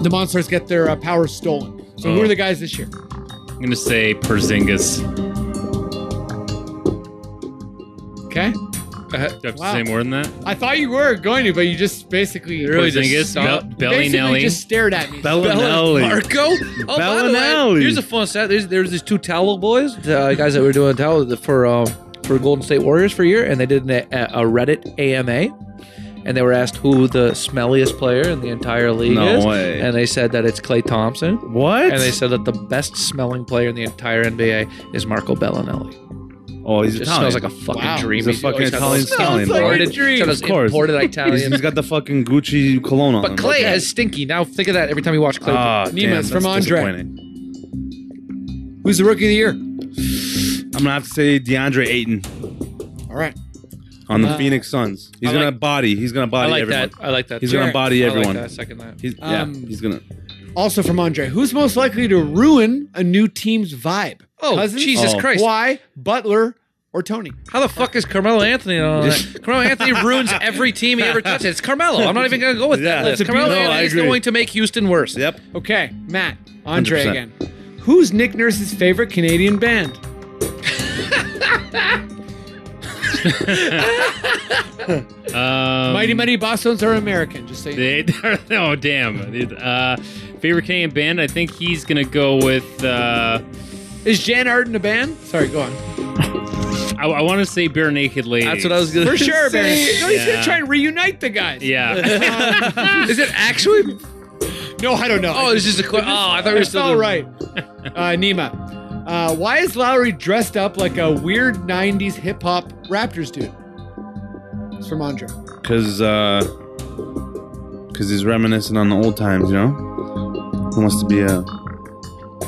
The monsters get their uh, power stolen. So who
Oh.
are the guys this year?
I'm gonna say Porzingis.
Okay,
Do I have to
Wow.
say more than that?
I thought you were going to, but you just basically you
Porzingis, Bel-
basically
Bellinelli.
just stared at me.
Oh,
Bellinelli.
Marco? Oh, by the way,
Bellinelli.
here's a fun stat. There's, there's these two towel boys, uh, guys that were doing towel for um, for Golden State Warriors for a year, and they did an, a, a Reddit AMA, and they were asked who the smelliest player in the entire league
No
is,
way.
and they said that it's Clay Thompson,
What?
and they said that the best smelling player in the entire NBA is Marco Bellinelli.
oh, he's
Just
Italian.
smells like a fucking
Wow.
dream.
He's a fucking
got
Italian
those
stallion, bro.
imported,
Sounds like a
got those
dream. Of course.
imported
He's-
Italian.
he's got the fucking Gucci cologne on.
but
him.
Clay
Okay.
is stinky. Now think of that every time you watch Clay.
Ah, damn,
Nemas
that's
from Andre.
disappointing.
Who's the rookie of the year?
I'm gonna have to say DeAndre Ayton
All right,
on the Phoenix Suns. He's
I
gonna
like-
body. He's gonna
I
body
like
everyone.
that. I like that.
He's
too.
gonna body
I like
everyone.
that. I second that.
He's,
Um,
yeah, he's gonna.
also from Andre. Who's most likely to ruin a new team's vibe?
Oh, Jesus
Oh.
Christ.
Why Butler or Tony?
How the fuck is Carmelo Anthony on that? Carmelo Anthony ruins every team he ever touches. It's Carmelo. I'm not even going to go with
Yeah.
that.
It's
List.
a
Carmelo
beautiful- No, I
Anthony is
agree.
going to make Houston worse.
Yep.
Okay, Matt, Andre
100%.
again. Who's Nick Nurse's favorite Canadian band?
Um,
Mighty Mighty Boston's are American. Just say
They, oh damn! Uh, favorite Canadian band? I think he's gonna go with. Uh,
is Jan Arden a band? Sorry, go on.
I, I want to say Bare Naked Ladies.
That's what I was going to
For sure, man. No, he's
Yeah.
gonna try and reunite the guys. Um,
Yeah,
Is it actually?
No, I don't know.
Oh, it's just a question. Oh, I thought we were
That's
still
all
doing-
right. Uh, Nima, Uh, why is Lowry dressed up like a weird 90s hip hop Raptors dude? It's from Andre.
Because uh, he's reminiscing on the old times, you know? He wants to be a.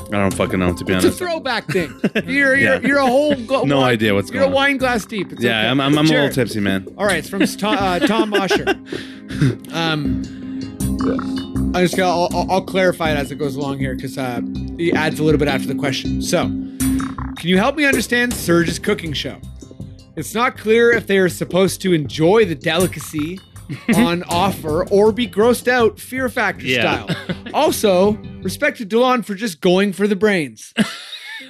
I don't fucking know, to be
It's a
honest.
throwback thing. You're, you're,
Yeah.
you're a whole. Go-
No
wine-
idea what's
You're
going
a
on.
wine glass deep. It's
Yeah,
okay.
I'm, I'm, I'm a little
Jared.
tipsy, man.
All right, it's from Tom, uh, Tom Osher. Um, I just got. I'll, I'll- I'll clarify it as it goes along here because uh, he adds a little bit after the question. So, can you help me understand Surge's cooking show? It's not clear if they are supposed to enjoy the delicacy on offer or be grossed out Fear Factor
Yeah.
style. Also, respect to Delon for just going for the brains.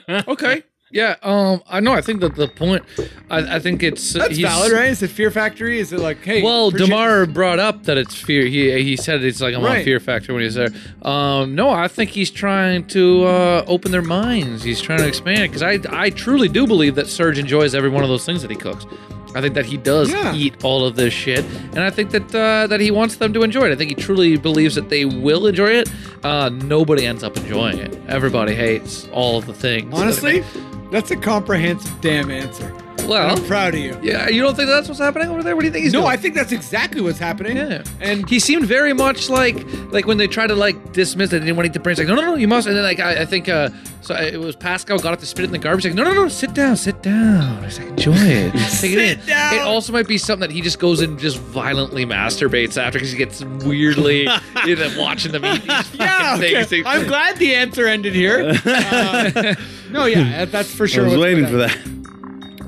Okay. Yeah. Um. I know. I think that the point. I, I think it's
That's
he's-
valid, right? Is it Fear Factory? Is it like, hey,
Well,
appreciate-
Demar brought up that it's fear. He he said it's like I'm
Right.
on Fear Factor when he's there. Um, no, I think he's trying to uh, open their minds. He's trying to expand because I I truly do believe that Serge enjoys every one of those things that he cooks. I think that he does
Yeah.
eat all of this shit, and I think that uh, that he wants them to enjoy it. I think he truly believes that they will enjoy it. Uh, nobody ends up enjoying it. Everybody hates all of the things. that it
Honestly,
makes.
that's a comprehensive damn answer. And
well,
I'm proud of you.
yeah. You don't think that's what's happening over there? What do you think Oh. he's
no,
doing?
I think that's exactly what's happening.
Yeah.
And
he seemed very much like like when they tried to like dismiss that they didn't want to eat the brains. Like no, no, no, you must. And then like I, I think uh so I- it was Pascal got up to spit it in the garbage. Like no, no, no, sit down, sit down. I was like enjoy it. Take it in.
down.
It also might be something that he just goes and just violently masturbates after because he gets weirdly you know, watching them eat these fucking
yeah, okay.
things. Like,
I'm glad the answer ended here. Uh, no, yeah, that- that's for
I
sure.
was
what's
waiting
going
for
on.
that.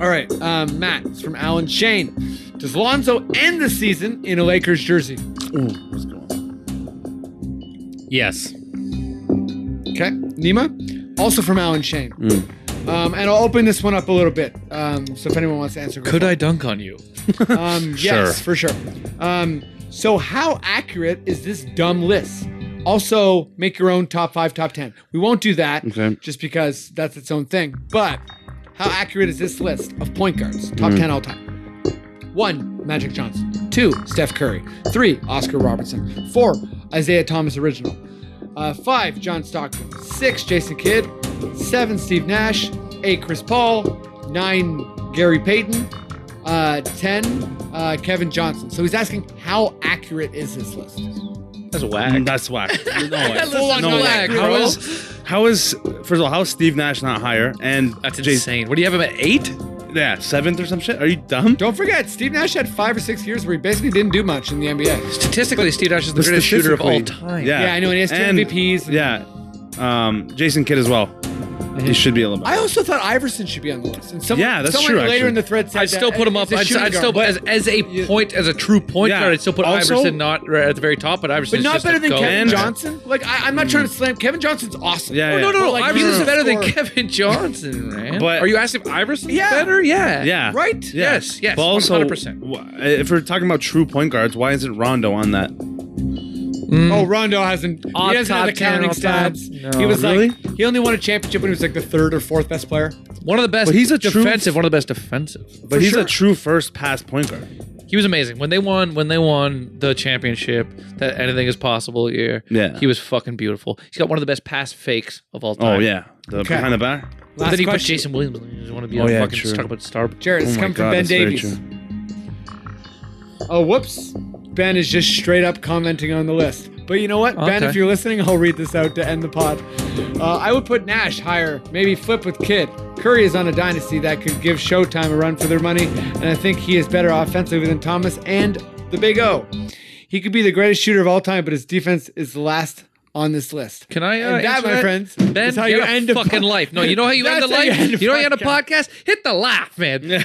All right, um, Matt, it's from Alan Shane. Does Lonzo end the season in a Lakers jersey?
What's going on?
Yes.
Okay, Nima, also from Alan Shane.
Mm.
Um, and I'll open this one up a little bit. Um, so if anyone wants to answer, go
Could
for
I dunk on you?
Um, yes, for sure. Um, so, how accurate is this dumb list? Also, make your own top five, top 10. We won't do that
Okay.
just because that's its own thing. But how accurate is this list of point guards, top 10 all time? One, Magic Johnson. Two, Steph Curry. Three, Oscar Robertson. Four, Isaiah Thomas Original. Uh, five, John Stockton. Six, Jason Kidd. Seven, Steve Nash. Eight, Chris Paul. Nine, Gary Payton. Uh, ten, uh, Kevin Johnson. So he's asking, how accurate is this list?
That's whack.
That's whack.
Full on
no,
whack,
how
bro.
is- How is first of all, how is Steve Nash not higher? And
That's
Jay-
insane. What do you have him at eight?
yeah, seventh or some shit. Are you dumb?
Don't forget, Steve Nash had five or six years where he basically didn't do much in the NBA.
Statistically, Steve Nash is the
But
greatest shooter of all
statistically,
time.
Yeah,
Yeah, I know, and he has two MVPs and-
yeah, um, Jason Kidd as well. He should be a little.
I also thought Iverson should be on the list. And someone,
Yeah, that's
someone
true,
later
actually.
in the thread said
I'd still
that
put him up.
it's a
I'd,
shooting
I'd still
guard,
as, as a point as a true point
Yeah.
guard. I'd still put
Also-
Iverson not right at the very top, but Iverson.
But not better than Kevin
And-
Johnson. Like I, I'm not trying to slam Kevin Oh, Johnson's awesome.
Yeah, yeah.
No, no, no.
But, like,
Iverson's
he's a
better than
scorer.
Kevin Johnson, man.
But-
Are you asking if Iverson's
Yeah.
better? Yeah.
yeah,
Uh, Right?
Yeah.
Yes, yes,
But also,
100%.
wh- if we're talking about true point guards, why isn't Rondo on that?
Oh, Rondo hasn't.
Odd
he doesn't have the
top 10
counting
all time.
stats.
No.
He was
Really?
like he only won a championship when he was like the third or fourth best player.
One of the best.
But he's a true-
defensive. One of the best defensive.
But he's a true first pass point guard.
He was amazing when they won. When they won the championship, that anything is possible year.
Yeah.
He was fucking beautiful. He's got one of the best pass fakes of all
Oh
time.
yeah, the
Okay.
behind the back.
But
Last
then he put
question.
Jason Williams. He was one of the
Oh,
other
yeah,
fucking
true.
talk about star.
Jared, it's
my
come from
God,
Ben
that's very
Davies. Oh, whoops. Ben is just straight up commenting on the list. But you know what, Ben,
Okay.
if you're listening, I'll read this out to end the pod. Uh, I would put Nash higher, maybe flip with Kidd. Curry is on a dynasty that could give Showtime a run for their money, and I think he is better offensively than Thomas and the Big O. He could be the greatest shooter of all time, but his defense is the last on this list.
Can I? Uh,
And that,
answer
my friends,
Ben,
is how
get
you
a
end a
fucking
pod-
life. No, you know how you end a
That's how you
life.
end a
You know how you end a podcast? Hit the laugh, man.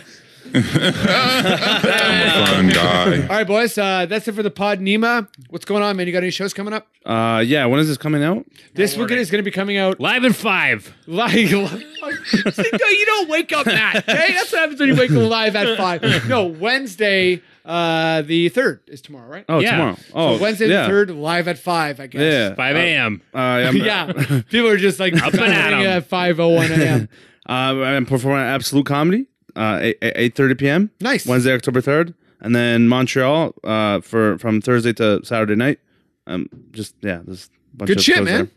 I'm a fun guy.
All right, boys, uh, that's it for the pod. Nima, what's going on, man? You got any shows coming up?
Uh, yeah. When is this coming out?
This weekend is going to be coming out
Live in five.
live. you don't wake up Matt. Okay, that's what happens when you wake up live at five. No, Wednesday, uh, the third is tomorrow, right?
Oh,
Yeah.
tomorrow.
So
Oh,
Wednesday
yeah.
the third, live at five. I guess.
Yeah.
Five
Uh,
a.m.
Uh, I'm,
Yeah, people are just like
Up and at 'em.
at five oh one a.m.
Uh, I'm performing at Absolute Comedy, uh, eight thirty p.m.
Nice.
Wednesday, October third, and then Montreal uh, for from Thursday to Saturday night. Um, just yeah, there's a bunch
Good
of
shit,
shows
man.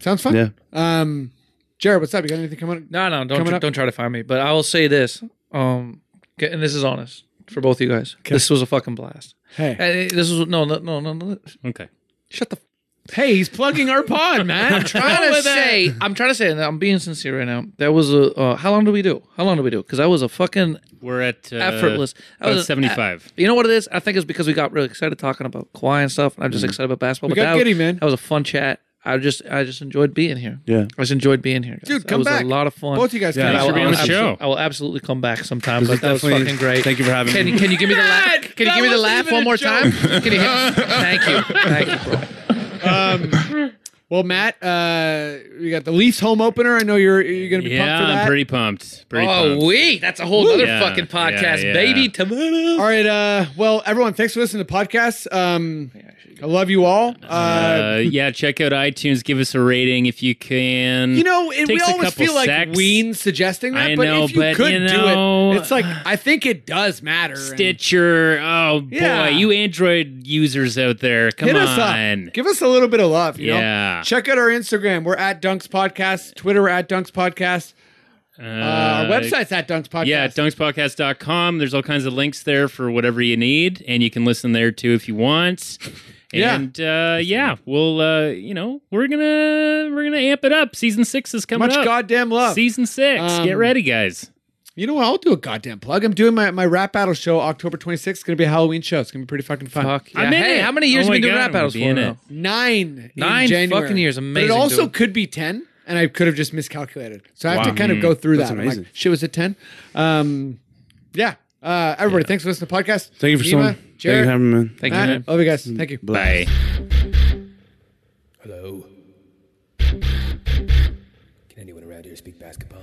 Sounds fun.
there.
Um, Jared, what's up? You got anything coming?
No, no, don't
Coming
tr-
up-
don't try to find me. But I will say this, um, okay, and this is honest for both you guys. This was a fucking blast.
Hey,
Hey, this was no, no, no, no, no.
Okay.
Shut the.
hey, he's plugging our pod, man. I'm
trying to say, I'm trying to say, and I'm being sincere right now. That was a. Uh, how long do we do? How long do we do? Because that was a fucking
We're at uh,
effortless. That
About
was a-
75.
You know what it is? I think it's because we got really excited talking about Kawhi and stuff, and I'm just excited about basketball.
Mm-hmm. We
but
got
that,
giddy, man.
That was a fun chat. I just, I just enjoyed being here.
Yeah.
I just enjoyed being here, guys.
Dude,
That
come
was
back.
A lot of fun.
Both you guys
Yeah,
And
Thanks
I
for
will-
being on the
I'm-
show.
I will absolutely come back sometime.
This
But
is
that was
definitely-
fucking great.
Thank you for having
Can
me.
you, can you give me the laugh? Can you give me the laugh one more time? Can you hit, thank you, thank you. Bro.
Well, Matt, uh, you got the Leafs home opener. I know you're you're gonna be
Yeah,
pumped for that.
I'm pretty pumped. Pretty
Oh,
pumped.
we. That's a whole other
Yeah,
fucking podcast,
yeah, yeah.
baby. Tomorrow.
All right. Uh, well, everyone, thanks for listening to the podcast. Um, I love you all. Uh,
Uh, yeah, check out iTunes. Give us a rating if you can.
you know, and we
takes a
always
couple
feel like
secs.
Ween suggesting that,
I
but
know,
if you
but
could
you
do
know- uh,
it, it's like I think it does matter. and
Stitcher. Oh boy,
Yeah.
you Android users out there, come
hit
on.
us up. Give us a little bit of love. You
Yeah.
Know? Check out our Instagram. We're at Dunks Podcast. Twitter we're at Dunks Podcast. Uh, our website's at Dunks Podcast.
Yeah, dunkspodcast.com. There's all kinds of links there for whatever you need, and you can listen there too if you want.
Yeah.
And uh, yeah, we'll uh, you know, we're gonna we're gonna amp it up. Season six is coming
Much
up.
goddamn love.
Season six.
Um,
Get ready, guys.
You know what? I'll do a goddamn plug. I'm doing my, my rap battle show October 26th. It's going to be a Halloween show. It's going to be pretty fucking fun.
Fuck yeah.
I'm in
hey,
it.
how many years
Oh
have you been
my
doing
God,
rap battles
I'm gonna
for
be in
now?
it.
Nine. in
Nine
January.
fucking years. Amazing,
But it also
dude.
could be 10, and I could have just miscalculated. So I have to kind of go through
Mm, That's
that. I'm
amazing.
Like, Shit, was it 10? Um, yeah. Uh, everybody, thanks for listening to the podcast.
Thank you for
Ema,
so much. Thank you
Jared,
for having me, man.
Thank you,
Matt,
man.
Love you guys. Thank you.
Bye.
Hello.
Can anyone around here speak basketball?